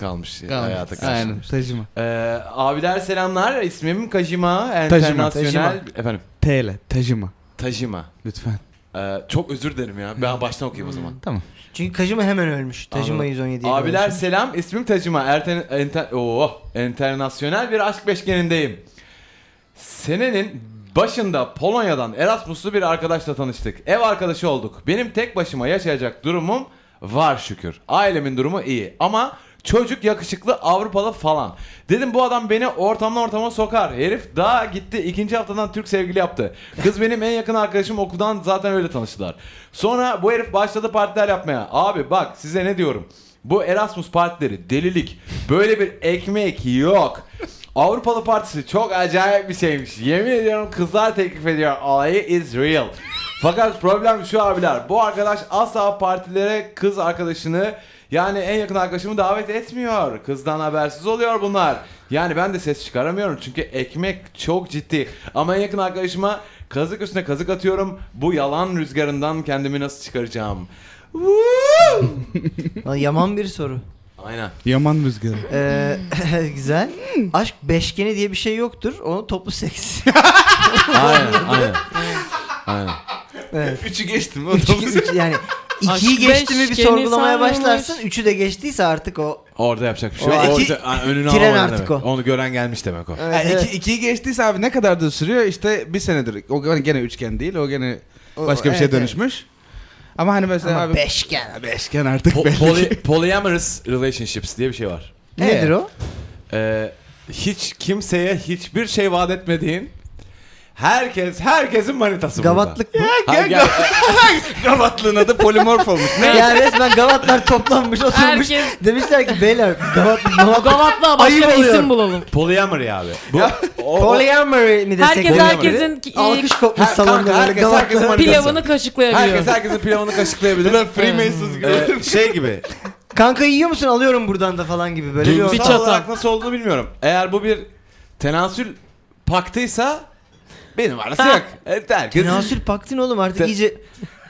[SPEAKER 2] kalmış hayata
[SPEAKER 3] Hayata
[SPEAKER 2] karşı.
[SPEAKER 3] Aynen Tajima.
[SPEAKER 2] Ee, abiler selamlar. İsmim Kajima.
[SPEAKER 3] Tajima,
[SPEAKER 2] Enternasyonel.
[SPEAKER 3] Tajima.
[SPEAKER 2] Efendim.
[SPEAKER 3] TL Tajima.
[SPEAKER 2] Tajima.
[SPEAKER 3] Lütfen.
[SPEAKER 2] Ee, çok özür dilerim ya. Ben baştan okuyayım o zaman.
[SPEAKER 3] Tamam.
[SPEAKER 4] Çünkü Kajima hemen ölmüş. Tajima
[SPEAKER 2] Anladım.
[SPEAKER 4] 117. ye
[SPEAKER 2] Abiler
[SPEAKER 4] kalmış.
[SPEAKER 2] selam. İsmim Tajima. Erten, enter, Oo, enternasyonel bir aşk beşgenindeyim. Senenin başında Polonya'dan Erasmus'lu bir arkadaşla tanıştık. Ev arkadaşı olduk. Benim tek başıma yaşayacak durumum var şükür. Ailemin durumu iyi ama çocuk yakışıklı Avrupalı falan. Dedim bu adam beni ortamdan ortama sokar. Herif daha gitti ikinci haftadan Türk sevgili yaptı. Kız benim en yakın arkadaşım okuldan zaten öyle tanıştılar. Sonra bu herif başladı partiler yapmaya. Abi bak size ne diyorum. Bu Erasmus partileri delilik. Böyle bir ekmek yok. Avrupalı partisi çok acayip bir şeymiş. Yemin ediyorum kızlar teklif ediyor. Olayı is real. Fakat problem şu abiler. Bu arkadaş asla partilere kız arkadaşını yani en yakın arkadaşımı davet etmiyor. Kızdan habersiz oluyor bunlar. Yani ben de ses çıkaramıyorum çünkü ekmek çok ciddi. Ama en yakın arkadaşıma kazık üstüne kazık atıyorum. Bu yalan rüzgarından kendimi nasıl çıkaracağım? Woo!
[SPEAKER 4] Lan yaman bir soru.
[SPEAKER 2] Aynen.
[SPEAKER 3] Yaman rüzgarı.
[SPEAKER 4] Ee, [laughs] güzel. Aşk beşgeni diye bir şey yoktur. O
[SPEAKER 3] [laughs]
[SPEAKER 4] toplu seks.
[SPEAKER 2] Aynen. Aynen. Aynen.
[SPEAKER 4] evet.
[SPEAKER 3] Üçü geçtim.
[SPEAKER 4] Üç,
[SPEAKER 3] [laughs]
[SPEAKER 4] üç- yani ikiyi
[SPEAKER 5] Aşk
[SPEAKER 4] geçti mi bir
[SPEAKER 5] beşgeni
[SPEAKER 4] sorgulamaya
[SPEAKER 5] sarmış.
[SPEAKER 4] başlarsın. Üçü de geçtiyse artık o.
[SPEAKER 2] Orada yapacak bir şey yok.
[SPEAKER 4] O
[SPEAKER 2] Orada
[SPEAKER 4] iki-
[SPEAKER 2] ha, önünü
[SPEAKER 4] tren
[SPEAKER 2] alamadın
[SPEAKER 4] artık
[SPEAKER 2] demek.
[SPEAKER 4] o.
[SPEAKER 2] Onu gören gelmiş demek o.
[SPEAKER 4] Evet, evet.
[SPEAKER 3] iki, ikiyi geçtiyse abi ne kadardır sürüyor? İşte bir senedir. O hani gene üçgen değil. O gene
[SPEAKER 4] O-
[SPEAKER 3] başka bir
[SPEAKER 4] evet,
[SPEAKER 3] şeye
[SPEAKER 4] evet.
[SPEAKER 3] dönüşmüş. Ama hani mesela
[SPEAKER 4] Ama
[SPEAKER 3] abi...
[SPEAKER 4] beşgen.
[SPEAKER 3] Beşgen artık
[SPEAKER 2] Po-
[SPEAKER 3] belli
[SPEAKER 2] poly-
[SPEAKER 3] ki.
[SPEAKER 2] polyamorous relationships diye bir şey var.
[SPEAKER 4] Nedir o?
[SPEAKER 2] Ee, hiç kimseye hiçbir şey vaat etmediğin herkes herkesin manitası
[SPEAKER 4] Gavatlık mı?
[SPEAKER 2] burada. Ha, gel- [laughs]
[SPEAKER 3] Gavatlığın adı polimorf olmuş.
[SPEAKER 4] Yani resmen gavatlar toplanmış oturmuş.
[SPEAKER 5] Herkes-
[SPEAKER 4] Demişler ki beyler
[SPEAKER 5] [laughs]
[SPEAKER 4] gavatlı gavatlı.
[SPEAKER 5] Gavatla başka
[SPEAKER 4] Ayıp
[SPEAKER 5] bir
[SPEAKER 4] oluyor.
[SPEAKER 5] isim bulalım.
[SPEAKER 2] polyamory abi. Bu, o- o-
[SPEAKER 4] Polyamory mi desek?
[SPEAKER 5] Herkes
[SPEAKER 4] Polyamory.
[SPEAKER 5] herkesin ki-
[SPEAKER 4] Alkış kopmuş
[SPEAKER 2] Her- kanka,
[SPEAKER 4] salonda.
[SPEAKER 2] herkes-
[SPEAKER 4] Gavatlar-
[SPEAKER 2] herkes manitası.
[SPEAKER 5] Pilavını kaşıklayabiliyor.
[SPEAKER 2] herkes herkesin pilavını kaşıklayabilir.
[SPEAKER 3] Freemasons gibi.
[SPEAKER 2] Ee, şey gibi.
[SPEAKER 4] Kanka yiyor musun alıyorum buradan da falan gibi böyle bir
[SPEAKER 5] Bir
[SPEAKER 2] Duygusal
[SPEAKER 5] çatal.
[SPEAKER 2] olarak nasıl olduğunu bilmiyorum. Eğer bu bir tenasül paktıysa benim arası
[SPEAKER 5] Ha.
[SPEAKER 2] yok. Evet, herkes
[SPEAKER 4] Tenasül paktin oğlum artık
[SPEAKER 2] Te-
[SPEAKER 4] iyice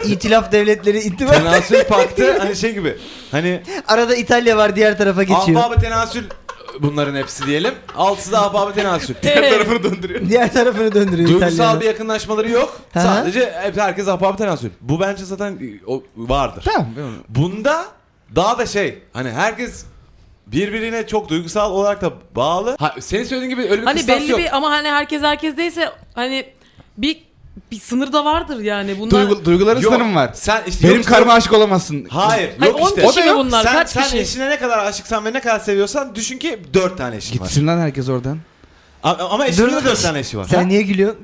[SPEAKER 4] itilaf devletleri intiba.
[SPEAKER 2] tenasül paktı hani şey gibi. Hani
[SPEAKER 4] [laughs] Arada İtalya var diğer tarafa geçiyor.
[SPEAKER 2] ahbabı tenasül bunların hepsi diyelim. Altısı da ahbabı tenasül.
[SPEAKER 5] Diğer
[SPEAKER 2] tarafını döndürüyor.
[SPEAKER 4] Diğer tarafını döndürüyor
[SPEAKER 2] Duygusal
[SPEAKER 4] İtalya'nın.
[SPEAKER 2] bir yakınlaşmaları yok.
[SPEAKER 4] Hı hı.
[SPEAKER 2] Sadece hep herkes ahbabı tenasül. Bu bence zaten e, o vardır.
[SPEAKER 3] [laughs] Tamam.
[SPEAKER 2] Bunda daha da şey hani herkes birbirine çok duygusal olarak da bağlı. Ha, senin söylediğin gibi öyle bir
[SPEAKER 5] Hani
[SPEAKER 2] kıstas
[SPEAKER 5] belli
[SPEAKER 2] yok.
[SPEAKER 5] bir ama hani herkes herkesteyse hani bir bir sınır da vardır yani. Bunlar
[SPEAKER 3] Duygu, duyguların
[SPEAKER 2] Yok.
[SPEAKER 3] sınırım var.
[SPEAKER 2] Sen işte
[SPEAKER 3] Benim
[SPEAKER 2] yok işte-
[SPEAKER 3] karma aşık olamazsın.
[SPEAKER 2] Hayır,
[SPEAKER 5] Hayır,
[SPEAKER 2] yok
[SPEAKER 5] on
[SPEAKER 2] işte.
[SPEAKER 5] kişi
[SPEAKER 2] O da
[SPEAKER 5] mi
[SPEAKER 2] yok.
[SPEAKER 5] bunlar?
[SPEAKER 2] Sen,
[SPEAKER 5] Kaç
[SPEAKER 2] sen
[SPEAKER 5] kişi?
[SPEAKER 2] eşine ne kadar aşıksan ve ne kadar seviyorsan düşün ki 4 tane eşin var.
[SPEAKER 3] Gitsin lan herkes oradan.
[SPEAKER 2] A- Ama eşinin de
[SPEAKER 4] Dur.
[SPEAKER 2] 4 tane eşi var.
[SPEAKER 4] Sen
[SPEAKER 5] [laughs]
[SPEAKER 4] niye gülüyorsun?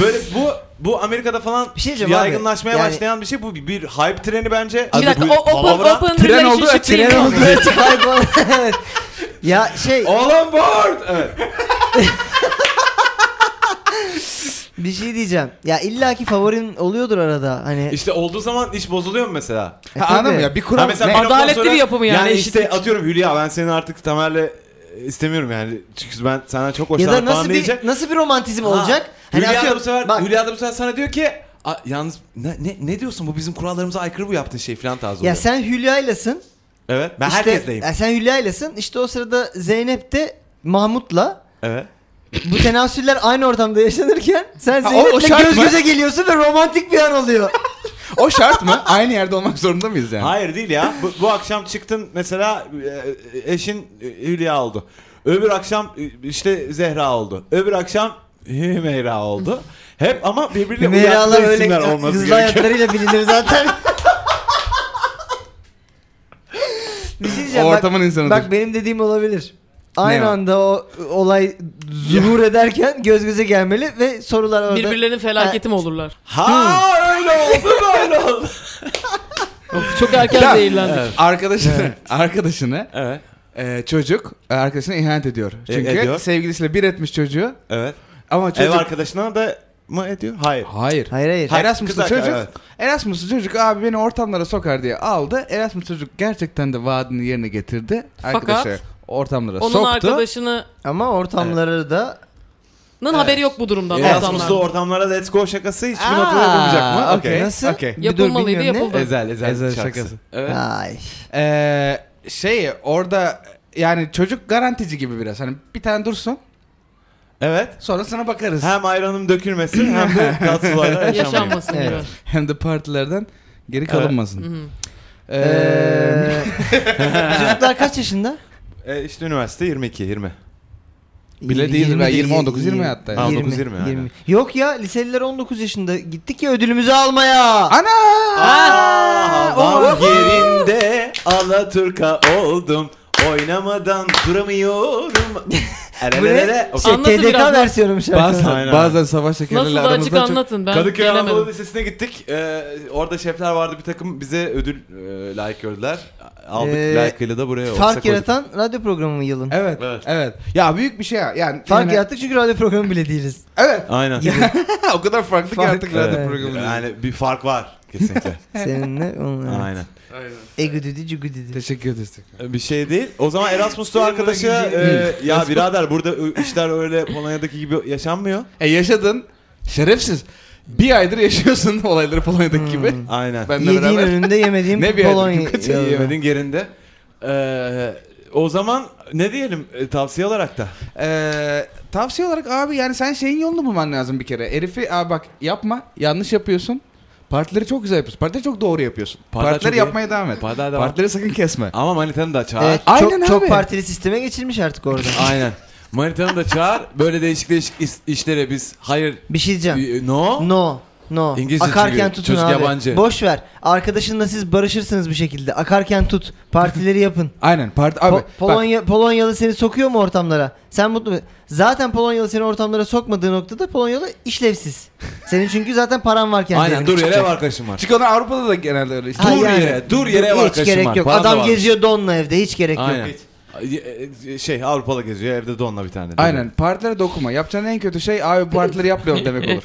[SPEAKER 2] Böyle bu bu Amerika'da falan
[SPEAKER 4] Bir şey diyeceğim abi.
[SPEAKER 2] yaygınlaşmaya
[SPEAKER 4] Yani-
[SPEAKER 2] başlayan bir şey. Bu bir, bir hype treni bence.
[SPEAKER 5] bir dakika
[SPEAKER 2] Bu
[SPEAKER 5] o- open,
[SPEAKER 2] palavra-
[SPEAKER 5] open
[SPEAKER 3] Tren oldu,
[SPEAKER 5] relationship değil
[SPEAKER 4] Tren
[SPEAKER 5] mi?
[SPEAKER 4] oldu. Çıkar falan. [laughs] Evet. ya şey
[SPEAKER 2] All on board! Evet.
[SPEAKER 4] bir şey diyeceğim. Ya illaki favorin oluyordur arada hani.
[SPEAKER 2] [laughs] İşte olduğu zaman iş bozuluyor mu mesela?
[SPEAKER 4] E
[SPEAKER 3] Ha,
[SPEAKER 4] tabii.
[SPEAKER 3] anladın mı ya? Bir
[SPEAKER 2] Ha
[SPEAKER 3] kural.
[SPEAKER 2] mesela
[SPEAKER 3] Ne-
[SPEAKER 2] bir noktadan
[SPEAKER 5] Adaletli
[SPEAKER 2] sonra-
[SPEAKER 5] bir yapımı yani,
[SPEAKER 2] işte
[SPEAKER 5] eşitlik.
[SPEAKER 2] atıyorum Hülya ben seni artık Tamer'le e, istemiyorum yani. Çünkü ben senden çok
[SPEAKER 4] Ya da
[SPEAKER 2] hoşlanıyorum falan
[SPEAKER 4] nasıl bir
[SPEAKER 2] diyecek.
[SPEAKER 4] nasıl bir romantizm olacak? Hani
[SPEAKER 2] Hülya da
[SPEAKER 4] atıyorum,
[SPEAKER 2] bu sefer
[SPEAKER 4] bak,
[SPEAKER 2] Hülya da bu sefer sana diyor ki "A, yalnız ne, ne, ne diyorsun bu bizim kurallarımıza aykırı bu yaptığın şey falan tarzı oluyor.
[SPEAKER 4] ya sen Hülya'ylasın.
[SPEAKER 2] evet ben
[SPEAKER 4] İşte-
[SPEAKER 2] herkesteyim.
[SPEAKER 4] Ya sen Hülya'ylasın. İşte o sırada Zeynep de Mahmut'la
[SPEAKER 2] Evet.
[SPEAKER 4] bu tenasüller aynı ortamda yaşanırken sen
[SPEAKER 3] Ha, o- o şart
[SPEAKER 4] Zeynep'le göz
[SPEAKER 3] mı?
[SPEAKER 4] göze geliyorsun ve romantik bir an
[SPEAKER 2] [laughs]
[SPEAKER 4] oluyor.
[SPEAKER 3] O şart mı? Aynı yerde olmak zorunda mıyız yani?
[SPEAKER 2] Hayır değil ya. Bu, bu akşam çıktın mesela e, eşin e, Hülya oldu. Öbür akşam e, işte Zehra oldu. Öbür akşam [laughs] Hümeyra oldu. Hep ama birbirine
[SPEAKER 4] Meyralar
[SPEAKER 2] uyarlı
[SPEAKER 4] öyle [laughs]
[SPEAKER 2] isimler olması
[SPEAKER 4] hızlı
[SPEAKER 2] gerekiyor.
[SPEAKER 4] hayatlarıyla
[SPEAKER 2] [laughs]
[SPEAKER 4] bilinir zaten. bir şey diyeceğim.
[SPEAKER 3] O
[SPEAKER 4] bak-
[SPEAKER 3] ortamın insanıdır.
[SPEAKER 4] Bak benim dediğim olabilir. Aynı
[SPEAKER 3] Ne o?
[SPEAKER 4] anda o olay zuhur ederken göz göze gelmeli ve sorular orada.
[SPEAKER 5] Birbirlerinin felaketi mi olurlar?
[SPEAKER 2] Ha öyle oldu böyle oldu.
[SPEAKER 5] Çok erken
[SPEAKER 3] Ya,
[SPEAKER 5] zehirlendik.
[SPEAKER 3] Arkadaşını, arkadaşını
[SPEAKER 2] Evet.
[SPEAKER 3] e, çocuk e, arkadaşına ihanet ediyor. Çünkü
[SPEAKER 2] E, ediyor.
[SPEAKER 3] sevgilisiyle bir etmiş çocuğu
[SPEAKER 2] Evet.
[SPEAKER 3] ama
[SPEAKER 2] Ev
[SPEAKER 3] çocuk...
[SPEAKER 2] arkadaşına da mı ediyor? Hayır.
[SPEAKER 3] Hayır.
[SPEAKER 4] Hayır hayır.
[SPEAKER 2] Hayır.
[SPEAKER 3] Erasmus'lu
[SPEAKER 2] Kız
[SPEAKER 3] çocuk.
[SPEAKER 2] arkadaş,
[SPEAKER 3] Erasmus'lu çocuk abi beni ortamlara sokar diye aldı. Erasmus çocuk gerçekten de vaadini yerine getirdi.
[SPEAKER 5] Fakat
[SPEAKER 3] Arkadaşı ortamlarına
[SPEAKER 5] Onun
[SPEAKER 3] E, soktu.
[SPEAKER 5] arkadaşının
[SPEAKER 4] Ama ortamları da
[SPEAKER 5] haberi yok bu durumdan.
[SPEAKER 2] Erasmus'lu
[SPEAKER 5] ortamdan.
[SPEAKER 2] ortamlara let's go şakası hiçbir
[SPEAKER 3] Aa,
[SPEAKER 2] noktada yapılmayacak mı?
[SPEAKER 3] okey.
[SPEAKER 2] Okey.
[SPEAKER 4] nasıl?
[SPEAKER 3] okey.
[SPEAKER 4] Bir dur,
[SPEAKER 5] Yapılmalıydı,
[SPEAKER 4] bilmiyorum ne.
[SPEAKER 5] yapıldı.
[SPEAKER 2] Ezel, ezel,
[SPEAKER 3] Ezel
[SPEAKER 2] şakası.
[SPEAKER 3] şakası.
[SPEAKER 2] Evet.
[SPEAKER 4] Ay.
[SPEAKER 3] Ee, şey orada yani çocuk garantici gibi biraz. Hani bir tane dursun
[SPEAKER 2] Evet.
[SPEAKER 3] sonrasına bakarız.
[SPEAKER 2] Hem ayranım dökülmesin hem
[SPEAKER 4] [laughs]
[SPEAKER 2] de tatsız olaylar yaşanmayın.
[SPEAKER 5] Yaşanmasın
[SPEAKER 4] Evet.
[SPEAKER 5] gibi.
[SPEAKER 3] Hem de partilerden geri kalınmasın.
[SPEAKER 5] Hı.
[SPEAKER 3] Ee, [laughs]
[SPEAKER 4] Ee, çocuklar kaç yaşında?
[SPEAKER 2] E, işte üniversite 22, 20.
[SPEAKER 3] Bile değildir. Ben 20, 19, 20 hatta.
[SPEAKER 2] Ha,
[SPEAKER 3] Yani.
[SPEAKER 2] 19, 20 yani.
[SPEAKER 4] Yok ya liseliler 19 yaşında. Gittik ya ödülümüzü almaya.
[SPEAKER 2] Aa, Havan
[SPEAKER 4] [laughs]
[SPEAKER 2] yerinde Alaturka oldum. Oynamadan duramıyorum.
[SPEAKER 4] Bu ne? Şey,
[SPEAKER 5] Anlatın
[SPEAKER 4] TDK
[SPEAKER 5] biraz.
[SPEAKER 4] versiyonu mu şarkı?
[SPEAKER 3] Bazen,
[SPEAKER 2] Aynen.
[SPEAKER 3] bazen savaş şekerlerle
[SPEAKER 5] Nasıl da açık
[SPEAKER 3] aramızda çok...
[SPEAKER 5] anlatın ben
[SPEAKER 2] Kadıköy Anadolu
[SPEAKER 5] gelemedim.
[SPEAKER 2] Lisesi'ne gittik. Ee, orada şefler vardı bir takım bize ödül e, layık gördüler. Aldık
[SPEAKER 4] Ee,
[SPEAKER 2] layıkıyla da buraya ofise
[SPEAKER 4] Fark
[SPEAKER 2] koyduk.
[SPEAKER 4] yaratan radyo programı mı yılın?
[SPEAKER 3] Evet,
[SPEAKER 2] Evet.
[SPEAKER 3] evet. Ya büyük bir şey ya. Yani
[SPEAKER 4] Fark
[SPEAKER 3] yani-
[SPEAKER 4] yarattık çünkü radyo programı bile
[SPEAKER 3] [laughs]
[SPEAKER 4] değiliz.
[SPEAKER 3] Evet.
[SPEAKER 2] Aynen.
[SPEAKER 3] o kadar farklı ki
[SPEAKER 4] Fark-
[SPEAKER 3] artık radyo
[SPEAKER 4] [laughs] Evet.
[SPEAKER 3] programı.
[SPEAKER 2] yani bir fark var kesinlikle.
[SPEAKER 4] Seninle onunla.
[SPEAKER 2] Aynen.
[SPEAKER 4] Egüdüdü cügüdüdü.
[SPEAKER 3] Teşekkür ederiz.
[SPEAKER 2] Bir şey değil. O zaman Erasmus'lu arkadaşa e, ya birader burada işler öyle Polonya'daki gibi yaşanmıyor.
[SPEAKER 3] E yaşadın. Şerefsiz. Bir aydır yaşıyorsun [laughs] olayları
[SPEAKER 4] Hmm.
[SPEAKER 3] Polonya'daki gibi.
[SPEAKER 2] Aynen.
[SPEAKER 3] Benle
[SPEAKER 4] Yediğin
[SPEAKER 3] beraber.
[SPEAKER 4] önünde yemediğim
[SPEAKER 3] Ne bir
[SPEAKER 4] Polonya.
[SPEAKER 3] yerde kötü
[SPEAKER 4] yalı.
[SPEAKER 2] Yemedin gerinde. Ee, o zaman ne diyelim e, tavsiye olarak da?
[SPEAKER 3] Ee, tavsiye olarak abi yani sen şeyin yolunu bulman lazım bir kere. Herifi abi bak yapma. Yanlış yapıyorsun. Partileri çok güzel yapıyorsun. Partileri çok doğru yapıyorsun.
[SPEAKER 2] Partiler
[SPEAKER 3] partileri
[SPEAKER 2] çok iyi.
[SPEAKER 3] yapmaya devam et.
[SPEAKER 2] Partiler devam.
[SPEAKER 3] Partileri sakın kesme.
[SPEAKER 2] Ama manitanı da çağır.
[SPEAKER 4] Evet,
[SPEAKER 3] Aynen
[SPEAKER 4] çok, çok
[SPEAKER 3] abi.
[SPEAKER 4] partili sisteme geçilmiş artık orada.
[SPEAKER 2] Aynen. Manitanı da çağır. Böyle değişik değişik is- işlere biz hayır
[SPEAKER 4] Bir şey diyeceğim.
[SPEAKER 2] e, no.
[SPEAKER 4] No. No.
[SPEAKER 2] İngilizce
[SPEAKER 4] Akarken
[SPEAKER 2] çünkü,
[SPEAKER 4] tutun
[SPEAKER 2] çocuk
[SPEAKER 4] abi.
[SPEAKER 2] yabancı.
[SPEAKER 4] Boş ver. Arkadaşınla siz barışırsınız bir şekilde. Akarken tut. Partileri
[SPEAKER 2] [laughs]
[SPEAKER 4] yapın.
[SPEAKER 3] Aynen. Parti abi.
[SPEAKER 4] Po-
[SPEAKER 3] bak,
[SPEAKER 4] Polonya Polonyalı seni sokuyor mu ortamlara? Sen mutlu mu? Zaten Polonyalı seni ortamlara sokmadığı noktada Polonyalı işlevsiz. Senin çünkü zaten paran var kendi
[SPEAKER 2] Aynen
[SPEAKER 4] elinde.
[SPEAKER 2] dur yere ev arkadaşım var.
[SPEAKER 3] Çık onlar Avrupa'da da genelde öyle işte.
[SPEAKER 4] Ha,
[SPEAKER 2] dur
[SPEAKER 4] yani.
[SPEAKER 2] yere, dur yere ev
[SPEAKER 4] Hiç
[SPEAKER 2] arkadaşım
[SPEAKER 4] gerek
[SPEAKER 2] var.
[SPEAKER 4] yok.
[SPEAKER 2] Bana da
[SPEAKER 4] Adam
[SPEAKER 2] varmış.
[SPEAKER 4] geziyor donla evde. Hiç gerek
[SPEAKER 2] Aynen.
[SPEAKER 4] yok.
[SPEAKER 2] E, e, Şey Avrupalı geziyor evde donla bir tane. dedi.
[SPEAKER 3] Aynen partilere dokunma. Yapacağın en kötü şey abi partileri yapmayalım demek
[SPEAKER 2] [laughs]
[SPEAKER 3] olur.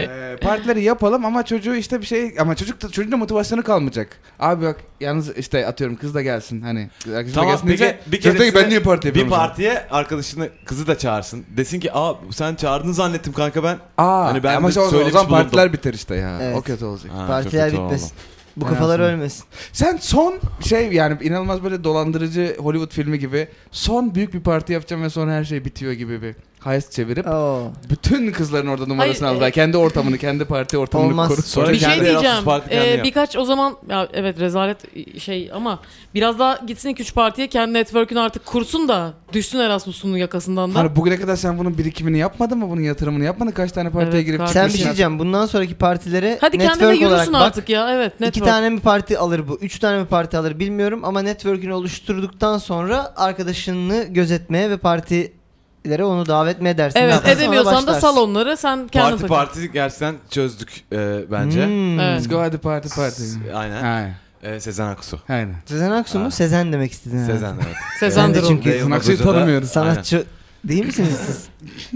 [SPEAKER 3] Ee, partileri yapalım ama çocuğu işte bir şey ama çocuk da, çocuğun da motivasyonu kalmayacak. Abi bak yalnız işte atıyorum kız da gelsin hani kız arkadaşı da
[SPEAKER 2] Tamam
[SPEAKER 3] gelsin
[SPEAKER 2] peki
[SPEAKER 3] deyince,
[SPEAKER 2] bir
[SPEAKER 3] çocuk da
[SPEAKER 2] keresinde
[SPEAKER 3] ki, ben niye parti
[SPEAKER 2] bir
[SPEAKER 3] yapıyorum? o zaman?
[SPEAKER 2] partiye arkadaşını kızı da çağırsın. Desin ki aa sen çağırdın zannettim kanka ben.
[SPEAKER 3] Aa,
[SPEAKER 2] Hani ben
[SPEAKER 3] ama
[SPEAKER 2] de
[SPEAKER 3] işte o zaman- o
[SPEAKER 2] söylemiş
[SPEAKER 3] zaman
[SPEAKER 2] bulundum.
[SPEAKER 3] partiler biter işte ya.
[SPEAKER 4] Evet.
[SPEAKER 3] O kötü olacak.
[SPEAKER 2] Ha, çok
[SPEAKER 4] Partiler
[SPEAKER 2] kötü
[SPEAKER 4] bitmesin.
[SPEAKER 2] oldu.
[SPEAKER 4] Bu kafalar
[SPEAKER 3] Hayatım.
[SPEAKER 4] ölmesin.
[SPEAKER 3] Sen son şey yani inanılmaz böyle dolandırıcı Hollywood filmi gibi son büyük bir parti yapacağım ve sonra her şey bitiyor gibi bir heist çevirip
[SPEAKER 4] Oo.
[SPEAKER 3] bütün kızların orada numarasını
[SPEAKER 5] Hayır,
[SPEAKER 3] aldılar.
[SPEAKER 5] e-
[SPEAKER 3] Kendi ortamını, kendi parti ortamını
[SPEAKER 4] Olmaz.
[SPEAKER 3] korusun.
[SPEAKER 2] Sonra
[SPEAKER 5] Bir şey
[SPEAKER 2] kendi Erasmus
[SPEAKER 5] diyeceğim.
[SPEAKER 2] Parti
[SPEAKER 5] Ee,
[SPEAKER 2] kendi yap.
[SPEAKER 5] birkaç o zaman ya evet rezalet şey ama biraz daha gitsin 2-3 partiye kendi network'ünü artık kursun da düşsün Erasmus'un yakasından da.
[SPEAKER 3] Hani bugüne kadar sen bunun birikimini yapmadın mı? Bunun yatırımını yapmadın. Kaç tane partiye
[SPEAKER 5] Evet,
[SPEAKER 3] girip
[SPEAKER 5] kardeşim.
[SPEAKER 4] Sen bir şey
[SPEAKER 3] çıkmışsın?
[SPEAKER 4] diyeceğim. Bundan sonraki partilere
[SPEAKER 5] Hadi kendine
[SPEAKER 4] network olarak
[SPEAKER 5] yürüsün
[SPEAKER 4] bak.
[SPEAKER 5] artık ya. Evet network.
[SPEAKER 4] İki tane mi parti alır bu? Üç tane mi parti alır bilmiyorum ama network'ünü oluşturduktan sonra arkadaşını gözetmeye ve partilere onu davet mi edersin? Ne
[SPEAKER 5] Evet
[SPEAKER 4] yaparsan ona
[SPEAKER 5] edemiyorsan da
[SPEAKER 4] başlarsın.
[SPEAKER 5] salonları sen kendin
[SPEAKER 2] Parti
[SPEAKER 5] takıl.
[SPEAKER 2] parti gerçekten çözdük e, bence.
[SPEAKER 4] Hmm.
[SPEAKER 5] Evet.
[SPEAKER 3] Let's go hadi parti parti.
[SPEAKER 2] Aynen.
[SPEAKER 3] Aynen.
[SPEAKER 2] E, Sezen Aksu.
[SPEAKER 3] Aynen.
[SPEAKER 4] Sezen Aksu mu? Sezen demek istedin herhalde.
[SPEAKER 2] Sezen evet.
[SPEAKER 5] Sezen
[SPEAKER 4] Ben de
[SPEAKER 5] Deron.
[SPEAKER 4] çünkü-
[SPEAKER 3] Kızın Aksu'yu
[SPEAKER 2] Yılmaz Hoca da-
[SPEAKER 3] tanımıyoruz.
[SPEAKER 4] Sanatçı değil misiniz
[SPEAKER 3] [laughs]
[SPEAKER 4] siz?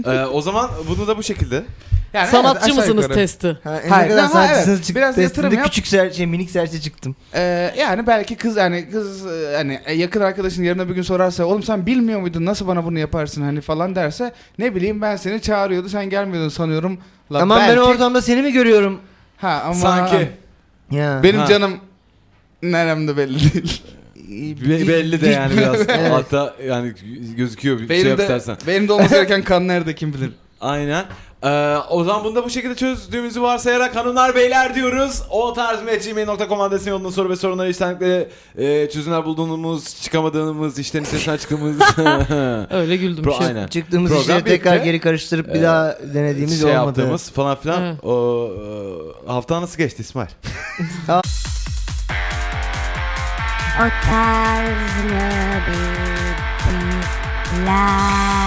[SPEAKER 2] Ee, o zaman bunu da bu şekilde.
[SPEAKER 3] Yani evet,
[SPEAKER 5] Sanatçı
[SPEAKER 3] aşağı
[SPEAKER 5] mısınız
[SPEAKER 3] yukarı.
[SPEAKER 5] testi?
[SPEAKER 4] Ha, ne
[SPEAKER 3] Hayır,
[SPEAKER 4] kadar
[SPEAKER 3] ama
[SPEAKER 4] sanatçısınız
[SPEAKER 3] evet,
[SPEAKER 4] çıktı.
[SPEAKER 3] biraz
[SPEAKER 4] Testinde
[SPEAKER 3] yatırım yap.
[SPEAKER 4] Küçük serçe, minik serçe çıktım.
[SPEAKER 3] Ee, yani belki kız yani kız e, hani e, yakın arkadaşın yarın bir gün sorarsa oğlum sen bilmiyor muydun nasıl bana bunu yaparsın hani falan derse ne bileyim ben seni çağırıyordu sen gelmiyordun sanıyorum. Lan
[SPEAKER 4] Aman ben
[SPEAKER 3] belki-
[SPEAKER 4] ortamda seni mi görüyorum?
[SPEAKER 3] Ha ama hani
[SPEAKER 2] Sanki
[SPEAKER 4] Ya.
[SPEAKER 3] benim
[SPEAKER 2] Ha.
[SPEAKER 3] canım neremde belli değil.
[SPEAKER 2] Be- belli de yani biraz. [laughs]
[SPEAKER 4] Evet.
[SPEAKER 2] Hatta yani gözüküyor bir
[SPEAKER 3] Benim
[SPEAKER 2] şey
[SPEAKER 3] de
[SPEAKER 2] istersen.
[SPEAKER 3] benim de olması gereken kan nerede kim bilir.
[SPEAKER 2] Aynen. Ee, o zaman bunu da bu şekilde çözdüğümüzü varsayarak hanımlar beyler diyoruz. O tarz gmail.com adresine yoluna soru ve sorunları iştenlikle e, çözümler bulduğumuz, çıkamadığımız, işten içerisinden çıktığımız
[SPEAKER 5] Öyle güldüm
[SPEAKER 2] Pro-
[SPEAKER 5] bir şey.
[SPEAKER 2] aynen.
[SPEAKER 4] Çıktığımız
[SPEAKER 2] Program
[SPEAKER 4] işleri tekrar
[SPEAKER 2] bitti.
[SPEAKER 4] geri karıştırıp bir
[SPEAKER 2] Ee,
[SPEAKER 4] daha [laughs] denediğimiz
[SPEAKER 2] şey
[SPEAKER 4] olmadı.
[SPEAKER 2] yaptığımız falan filan.
[SPEAKER 5] Evet.
[SPEAKER 2] O, o, hafta nasıl geçti İsmail?
[SPEAKER 8] O tarz mı bir- bir- la.